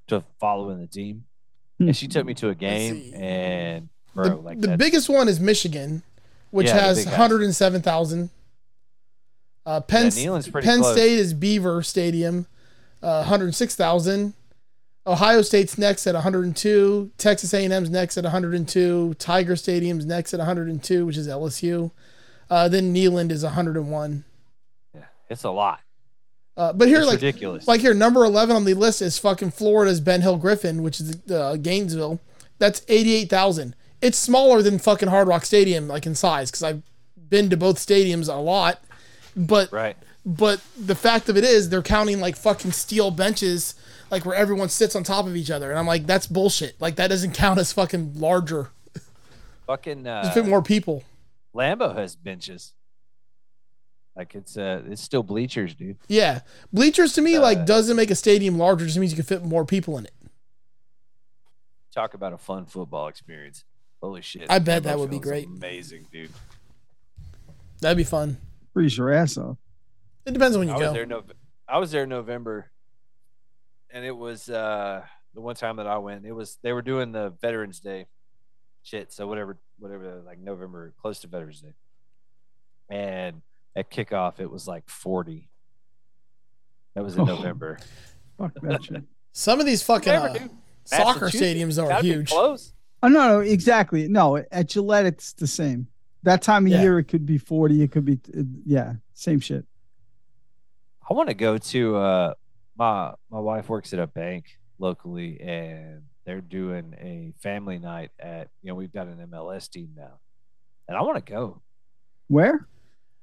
S1: to following the team, and she took me to a game.
S3: see.
S1: And bro,
S3: The,
S1: like
S3: the
S1: that's-
S3: biggest one is Michigan, which
S1: Yeah, the
S3: has
S1: big house.
S3: one hundred and seven thousand. Uh,
S1: yeah,
S3: Penn
S1: Neyland's pretty
S3: Penn
S1: close.
S3: State is Beaver Stadium, uh, 106,000. Ohio State's next at 102. Texas A&M's next at 102. Tiger Stadium's next at 102, which is LSU. Uh, then Neyland is 101.
S1: Yeah, it's a lot.
S3: Uh, but here,
S1: It's
S3: like,
S1: ridiculous.
S3: like here, number 11 on the list is fucking Florida's Ben Hill Griffin, which is uh, Gainesville. That's 88,000. It's smaller than fucking Hard Rock Stadium, like in size, because I've been to both stadiums a lot. But
S1: right?
S3: but the fact of it is, they're counting like fucking steel benches, like where everyone sits on top of each other. And I'm like, that's bullshit. Like that doesn't (laughs) count as fucking larger.
S1: Fucking
S3: Just
S1: uh,
S3: put more people.
S1: Lambo has benches. Like it's uh it's still bleachers, dude.
S3: Yeah, bleachers to me
S1: Uh,
S3: like doesn't make a stadium larger. Just means you can fit more people in it.
S1: Talk about a fun football experience. Holy shit.
S3: I bet that
S1: Buffalo
S3: would be
S1: Field's
S3: great.
S1: Amazing, dude.
S3: That'd be fun.
S2: Freeze your ass off.
S3: It depends on when you
S1: I was
S3: go.
S1: there no I was there in November and it was uh the one time that I went, it was they were doing the Veterans Day shit, so whatever whatever like November close to Veterans Day. And at kickoff it was like 40. That was in
S2: Oh.
S1: November.
S2: Fuck
S1: (laughs)
S2: that shit.
S3: Some of these fucking
S1: Whatever,
S3: uh,
S1: dude.
S3: soccer
S1: Massachusetts,
S3: stadiums are
S1: gotta be
S3: huge.
S1: Close.
S2: Oh no, no, exactly. No, at Gillette it's the same. That time of
S3: Yeah.
S2: year it could be forty. It could be uh, yeah, same shit.
S1: I want to go to uh my my wife works at a bank locally and they're doing a family night at you know we've got an MLS team now. And I want to go
S2: Where?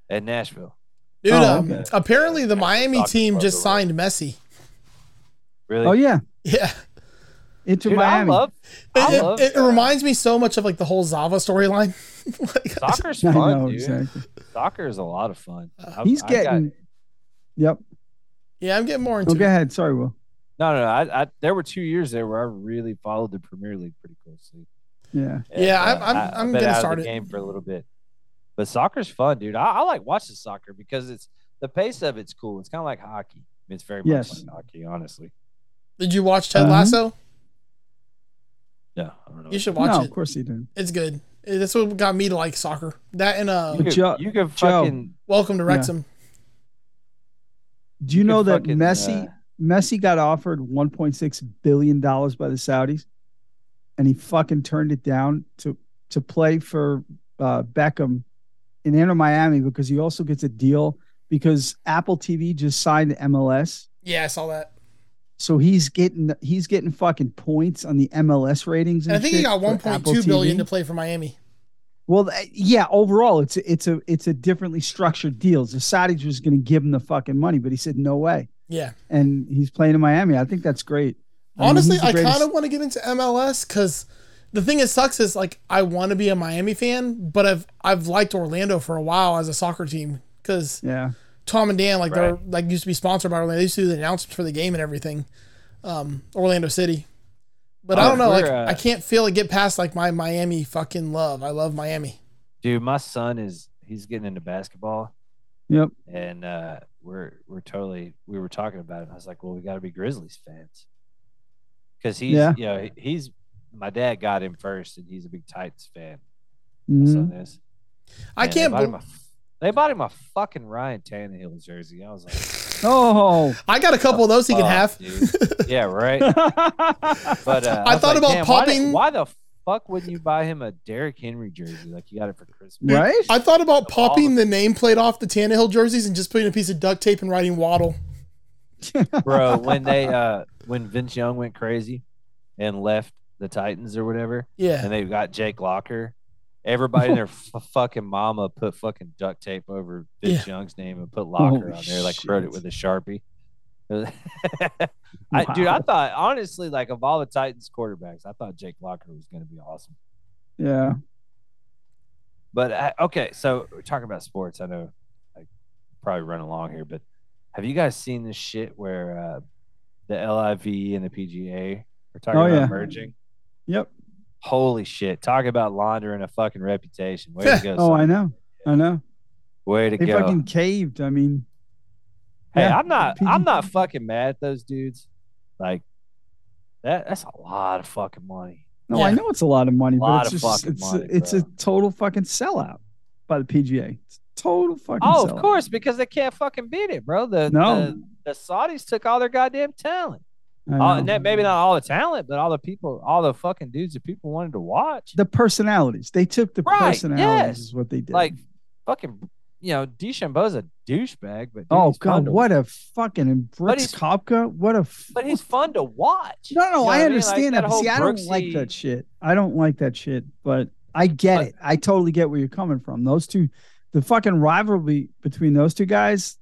S1: at Nashville.
S3: Dude,
S2: Oh,
S3: um,
S2: okay.
S3: apparently the
S1: Yeah,
S3: Miami
S1: soccer
S3: team
S1: club
S3: just
S1: over there.
S3: signed Messi. (laughs)
S1: Really?
S2: Oh yeah,
S3: Yeah,
S2: into
S1: Dude, I
S2: Miami.
S1: love I
S3: it, it-
S1: love
S3: it
S1: that.
S3: reminds me so much of like the whole Zava storyline. (laughs) Like,
S1: soccer's
S2: (laughs) I
S1: fun,
S2: know
S1: dude.
S2: exactly.
S1: Soccer is a lot of fun.
S3: Uh,
S1: I've-
S2: He's
S1: I got-
S2: getting. Yep.
S3: yeah, I'm getting more into
S2: Oh, go
S3: it.
S2: ahead. Sorry, Will.
S1: no, no. no, I, I there were two years there where I really followed the Premier League pretty closely.
S2: Yeah.
S3: Yeah,
S1: uh,
S3: I'm- I'm-
S1: I- I've
S3: I'm
S1: been
S3: gonna
S1: out of
S3: start
S1: the
S3: it.
S1: game for a little bit. But soccer's fun, dude. I, I like watching soccer because it's the pace of it's cool. It's kind of like hockey. It's very much
S2: Yes.
S1: like hockey, honestly.
S3: Did you watch Ted
S2: Uh-huh.
S3: Lasso?
S1: Yeah, I don't know.
S3: You should watch
S2: no,
S3: it.
S2: of course he didn't.
S3: It's good. Eh, That's what got me to like soccer. That and uh,
S1: You could,
S2: Joe-
S1: you could
S2: Joe,
S1: fucking.
S3: Welcome to
S2: Yeah.
S3: Wrexham.
S2: Do you know
S1: could
S2: that
S1: fucking,
S2: Messi
S1: uh,
S2: Messi got offered 1.6 billion dollars by the Saudis, and he fucking turned it down to to play for uh, Beckham in Inter Miami because he also gets a deal because Apple TV just signed MLS,
S3: Yeah. I saw that.
S2: so he's getting he's getting fucking points on the MLS ratings.
S3: And
S2: And
S3: I think he
S2: shit
S3: got
S2: for
S3: 1.2
S2: Apple
S3: billion
S2: TV.
S3: to play for Miami.
S2: Well, th- yeah. Overall, it's a, it's a it's a differently structured deal. The Saudis was going to give him the fucking money, but he said no way,
S3: Yeah.
S2: and he's playing in Miami. I think that's great. I mean,
S3: Honestly,
S2: he's the
S3: I
S2: greatest-
S3: kind of want to get into MLS because the thing that sucks is like I want to be a Miami fan, but I've I've liked Orlando for a while as a soccer team because
S2: (laughs) yeah.
S3: Tom and Dan like they're
S1: Right.
S3: like used to be sponsored by Orlando. They used to do the announcements for the game and everything, um, Orlando City. But I
S1: Oh,
S3: don't know,
S1: we're,
S3: like
S1: uh,
S3: I can't feel it get past like my Miami fucking love. I love Miami.
S1: Dude, my son is he's getting into basketball.
S2: Yep.
S1: And uh, we're we're totally we were talking about it. I was like, well, we got to be Grizzlies fans because he's
S2: Yeah.
S1: you know he- he's my dad got him first, and he's a big Titans fan. My
S2: Mhm.
S1: son is.
S3: I
S1: And
S3: can't.
S1: They bought, him
S3: bel
S1: a, they bought him a fucking Ryan Tannehill jersey. I was
S3: (laughs)
S1: like,
S2: Oh.
S3: I got a couple of those he can
S1: fuck,
S3: have.
S1: dude. yeah, right.
S2: Oh. (laughs)
S1: But uh,
S3: (laughs) I
S1: was
S3: thought
S1: like,
S3: about
S1: "Damn, why the-
S3: popping-
S1: Why the, fuck wouldn't you buy him a Derrick Henry jersey? Like you got it for Christmas.
S2: right?
S3: I thought about
S1: all
S3: popping the nameplate off the Tannehill jerseys and just putting a piece of duct tape and writing Waddle.
S1: (laughs) bro when they uh when vince young went crazy and left the titans or whatever
S3: Yeah.
S1: and they got jake locker everybody
S3: (laughs)
S1: and their f- fucking mama put fucking duct tape over vince young's name and put locker
S2: Holy
S1: on there like wrote it
S2: shit.
S1: with a
S3: (laughs)
S1: sharpie (laughs) I, dude i
S2: Wow.
S1: thought honestly like of all the titans quarterbacks i thought jake locker was going to be awesome
S2: yeah.
S1: but I, okay so we're talking about sports i know i probably run along here but have you guys seen this shit where uh, the live and the pga are talking
S2: Oh,
S1: about
S2: yeah.
S1: merging
S2: Yep.
S1: holy shit talk about laundering a fucking reputation
S2: (laughs)
S1: way to go
S2: Oh, I
S1: son.
S2: know. I know.
S1: way to
S2: They
S1: go
S2: fucking caved. I mean,
S1: hey
S2: yeah,
S1: i'm not
S2: PG.
S1: i'm not fucking mad at those dudes like that that's a lot of fucking money
S2: (laughs) no,
S3: Yeah.
S2: I know it's a lot of money,
S1: Lot
S2: but
S1: of
S2: it's just
S1: fucking
S2: it's
S1: money,
S2: a, it's a
S1: bro.
S2: total fucking sellout by the PGA. It's a total fucking.
S1: oh of
S2: sellout.
S1: course because they can't fucking beat it bro the
S2: No.
S1: the, the saudis took all their goddamn talent
S2: I
S1: All,
S2: know.
S1: na- maybe not all the talent, but all the people, all the fucking dudes that people wanted to watch.
S2: the personalities. They took the
S1: Right, yes.
S2: personalities is what they did.
S1: Like, fucking, you know, DeChambeau's a douchebag, but dude,
S2: oh
S1: he's fun
S2: god,
S1: to-
S2: what a fucking and Brooks
S1: he's-
S2: Kopka. What a.
S1: But he's fun to watch.
S2: No, no,
S1: You know what
S2: I
S1: mean?
S2: understand
S1: Like,
S2: that. But
S1: whole
S2: see, I don't like
S1: Brooksy-
S2: that shit. I don't like that shit, but I get
S1: But-
S2: it. I totally get where you're coming from. Those two, the fucking rivalry between those two guys,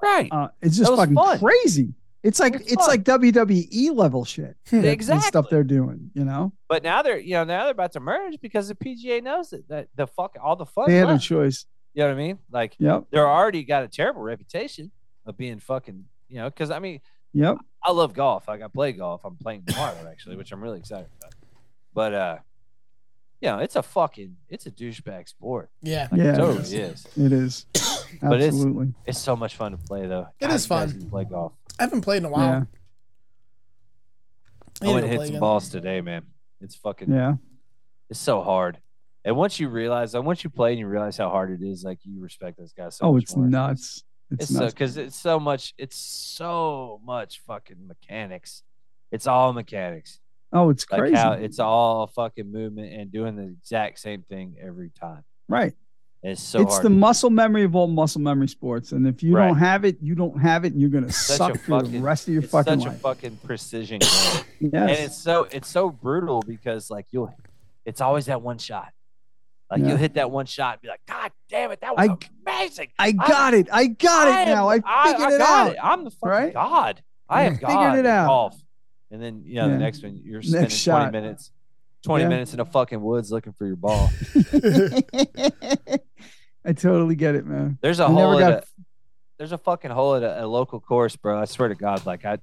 S1: Right.
S2: uh, it's just
S1: was
S2: fucking
S1: fun.
S2: crazy. It's like
S1: was
S2: it's
S1: fun.
S2: like WWE
S1: (laughs)
S2: level shit. that- the
S1: Exactly.
S2: stuff they're doing, you know,
S1: But now they're, you know, now they're about to merge because the PGA knows it. That the fuck, all the fun.
S2: they had a
S1: left.
S2: choice.
S1: You know what I mean? Like
S2: Yep.
S1: they're already got a terrible reputation of being fucking, you know, because I mean,
S2: Yep.
S1: I love golf. Like I play golf. I'm playing tomorrow actually, which I'm really excited about. But uh, you know, it's a fucking it's a douchebag sport.
S3: Yeah.
S1: Like,
S2: Yeah.
S1: it totally is.
S2: It is.
S1: (coughs) But it's-
S2: Absolutely.
S1: It's so much fun to play though.
S3: It
S1: It
S3: is
S1: is
S3: fun.
S1: play golf.
S3: I haven't played in a
S2: Yeah.
S3: while. I
S1: I
S3: need
S1: went
S3: to
S1: and hit
S3: play
S1: some
S3: again. (laughs)
S1: balls today, man. It's fucking
S2: Yeah.
S1: it's so hard. And once you realize, and once you play and you realize how hard it is, like you respect those guys so
S2: Oh,
S1: much
S2: it's
S1: more.
S2: nuts. It's,
S1: It's so
S2: nuts.
S1: because it's so much. It's so much fucking mechanics. It's all mechanics.
S2: oh, it's
S1: Like
S2: crazy.
S1: how it's all fucking movement and doing the exact same thing every time.
S2: right.
S1: It's so
S2: it's
S1: hard.
S2: the muscle memory of all muscle memory sports, and if you
S1: Right.
S2: don't have it, you don't have it, and you're gonna
S1: Such
S2: suck
S1: a
S2: for the
S1: fucking-
S2: rest of your
S1: it's
S2: fucking
S1: such a
S2: life.
S1: fucking precision
S2: (laughs)
S1: game.
S2: yes.
S1: and it's so it's so brutal because like you'll it's always that one shot like
S2: Yeah.
S1: you'll hit that one shot and be like god damn it that was
S2: I-
S1: amazing
S2: I got it. I got it now. I figured it
S1: got
S2: out.
S1: it. i'm the fucking
S2: right?
S1: god i
S2: Yeah.
S1: am
S2: Figured
S1: god
S2: it
S1: in
S2: out.
S1: golf and then you know
S2: Yeah.
S1: the next one you're
S2: Next
S1: spending 20
S2: shot.
S1: minutes 20
S2: Yeah.
S1: minutes in the fucking woods looking for your ball
S2: (laughs)
S1: (laughs)
S2: I totally get it, man.
S1: there's a
S2: I never
S1: hole at
S2: got-
S1: a, there's a fucking hole at a, a local course bro i swear to god like i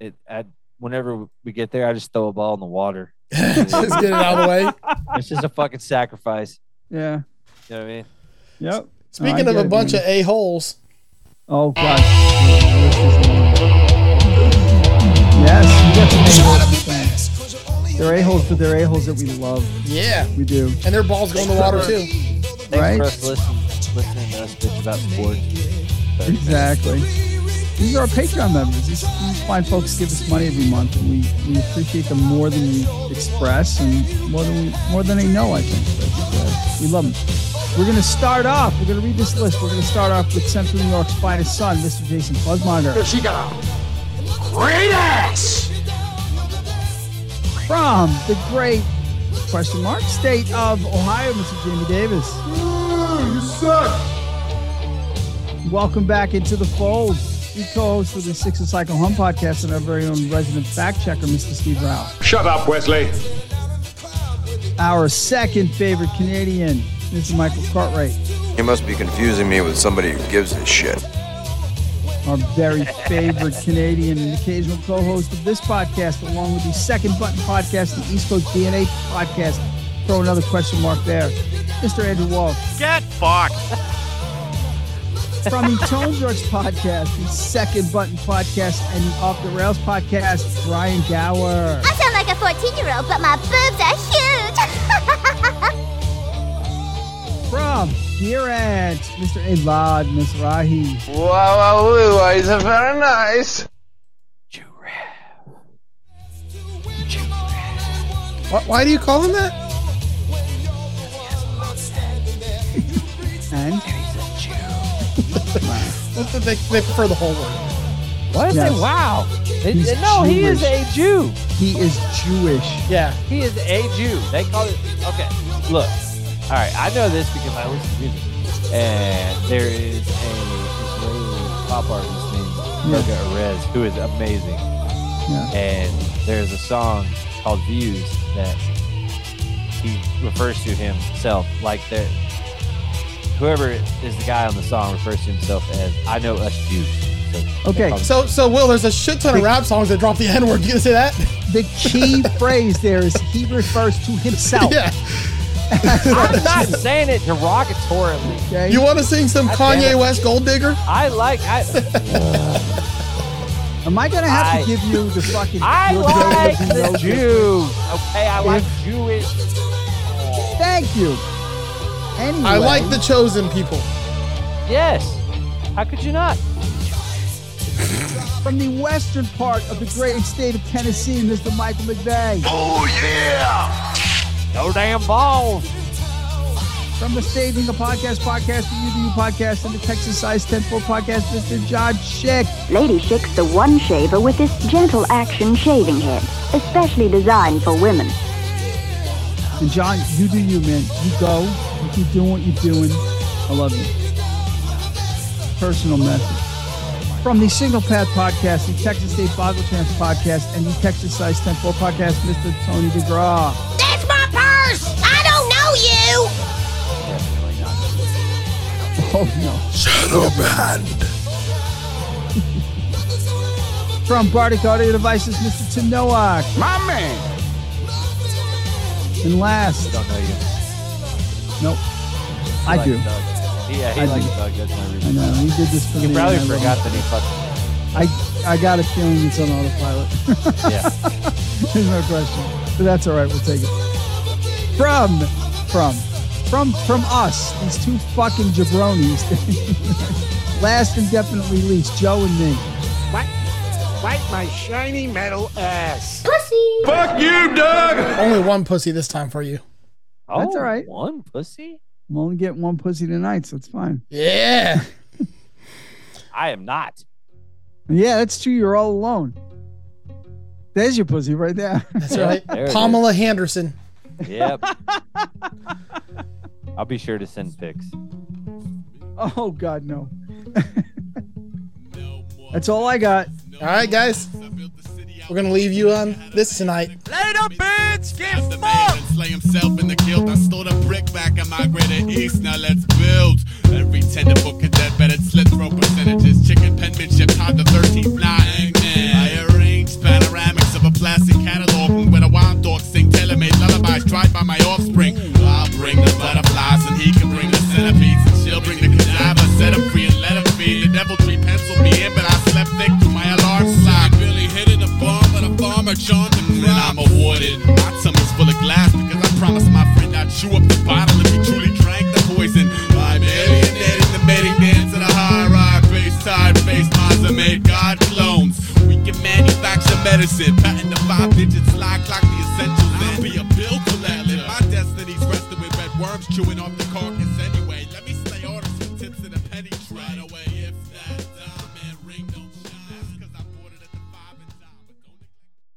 S1: it i whenever we get there i just throw a ball in the water
S3: Just get it out of
S1: (laughs)
S3: the way.
S1: it's just a fucking sacrifice
S2: Yeah.
S1: you know what i mean
S2: Yep.
S3: Speaking
S2: I
S3: of a
S2: get it,
S3: bunch
S2: man.
S3: of a holes,
S2: Oh
S1: (laughs)
S2: God. Yes. You got the they're a holes, but they're a holes that we love.
S3: yeah,
S2: We do.
S3: and their balls go in the water too.
S1: Thanks
S2: Right?
S1: for us listening, listening to us bitch about sports.
S2: Exactly. These are our Patreon members. These, these fine folks give us money every month, and we, we appreciate them more than we express and more than we, more than they know. I think But, uh, we love them. We're gonna start off. We're gonna read this list. We're gonna start off with Central New York's finest son, Mr. Jason Buzzmonger,
S5: She got a great ass.
S2: from the great question mark state of Ohio, Mr. Jamie Davis.
S5: You suck.
S2: Welcome back into the fold. We co-host of the Six and Cycle Home podcast and our very own resident fact checker, Mr. Steve Rao.
S5: Shut up, Wesley.
S2: our second favorite Canadian, Mr. Michael Cartwright,
S6: You must be confusing me with somebody who gives a shit.
S2: our very favorite Canadian and occasional co-host of this podcast, along with the Second Button podcast, the East Coast DNA podcast. Throw another question mark there, Mr. Andrew Wall. Get fucked. From the Tone Jerks podcast, the Second Button podcast, and the Off the Rails podcast, Brian Gower.
S7: I sound like a 14 year old, but my boobs are huge. (laughs)
S2: From Gear Edge, Mr. Elad Mizrahi.
S5: Wow, wow, wow, is very nice.
S3: Why, why do you call him that?
S2: And
S3: They, they, they prefer the whole word.
S1: What is
S2: Yes.
S1: it? Wow. It-
S2: He's
S1: it- no, he is a Jew.
S2: he is Jewish.
S3: Yeah,
S1: He is a Jew. They call it. Okay. Look. All right. I know this because I listen to music. And there is a Israeli pop artist named Yoga Erez who is amazing.
S2: Yeah.
S1: And there's a song called Views that he refers to himself like that. Whoever is the guy on the song refers to himself as I know us Jews. So they
S2: Okay.
S1: call him-
S3: So, so Will, there's a shit ton of rap songs that drop the N word. You gonna say that? (laughs)
S2: The key phrase there is he refers to himself.
S3: Yeah.
S2: (laughs)
S1: I'm not saying it derogatorily.
S2: Okay.
S3: You want to sing some
S1: God damn
S3: Kanye
S1: it.
S3: West Gold Digger?
S1: I like I
S2: Am I gonna have
S1: I-
S2: to give you the fucking?
S1: I
S2: your
S1: like
S2: ability to
S1: the
S2: know-
S1: Jews. Okay, I like Jewish.
S2: Thank you. Anyway,
S3: I like the chosen people.
S1: Yes. How could you not?
S2: from the western part of the great state of Tennessee, Mr. Michael McVeigh.
S5: Oh, yeah.
S1: No damn balls.
S2: From the Saving the Podcast podcast, the UDU podcast, and the Texas Size 10-4 podcast, Mr. John Schick.
S8: Lady shakes the one shaver with this gentle action shaving head, especially designed for women.
S2: And John, you do you, man. You go. You keep doing what you're doing. I love you. Personal message. From the Single Path Podcast, the Texas State Boggle Chance Podcast, and the Texas Size 10 4 Podcast, Mr. Tony DeGraw.
S7: That's my purse. I don't know you.
S2: Oh
S5: Shadow Band.
S2: no! From Bardic Audio Devices, Mr. Tanoak,
S5: My man.
S2: and last,
S1: Don't know you.
S2: nope, I
S1: like
S2: do.
S1: Doug. Yeah, he
S2: I
S1: likes
S2: do.
S1: Doug. That's my
S2: I
S1: reason.
S2: know we did this for
S1: He
S2: me,
S1: probably
S2: and I
S1: forgot that he fucked.
S2: I, I got a feeling it's on autopilot. (laughs)
S1: Yeah.
S2: There's no question. But that's all right. We'll take it. From, from, from, from us, these two fucking jabronis. (laughs) Last indefinitely least, Joe and me.
S7: Pussy!
S5: Fuck you, Doug.
S3: Only one pussy this time for you.
S1: Oh,
S2: all right.
S1: One pussy.
S2: I'm only getting one pussy tonight, so it's fine.
S3: Yeah.
S1: I am not.
S2: Yeah, that's true. You're all alone. There's your pussy right there.
S3: That's right.
S1: There it is.
S3: Pamela Henderson.
S1: Yep. I'll be sure to send pics.
S2: (laughs) oh, God, no. (laughs) that's all I got.
S3: All right, guys. We're going to leave you on this tonight.
S4: As the man and slay himself in the guild. I stole the brick back and migrated east. Now let's build. Every tender book cadet better slip throw percentages. Chicken penmanship, top the 13th flying man. I arranged panoramics of a plastic catalog where the wild dog sing tailor-made lullabies tried by my offspring. I'll bring the butterflies and he can bring the centipedes. And she'll bring the cadaver, set him free and let him feed. The devil tree penciled me in, but I slept thick through my alarm clock. Really hitting the bomb, but a bomber charmed the crowd. I'm awarded. My tummy's full of glass because I promised my friend I'd chew up the bottle if he truly drank the poison. I'm alienated, the mating dance in a high ride. Face tied, face minds are made God clones. We can manufacture medicine, patent the five digits, slide clock the essentials. I'll be a bill collector. My destiny's resting with red worms chewing off the carcass.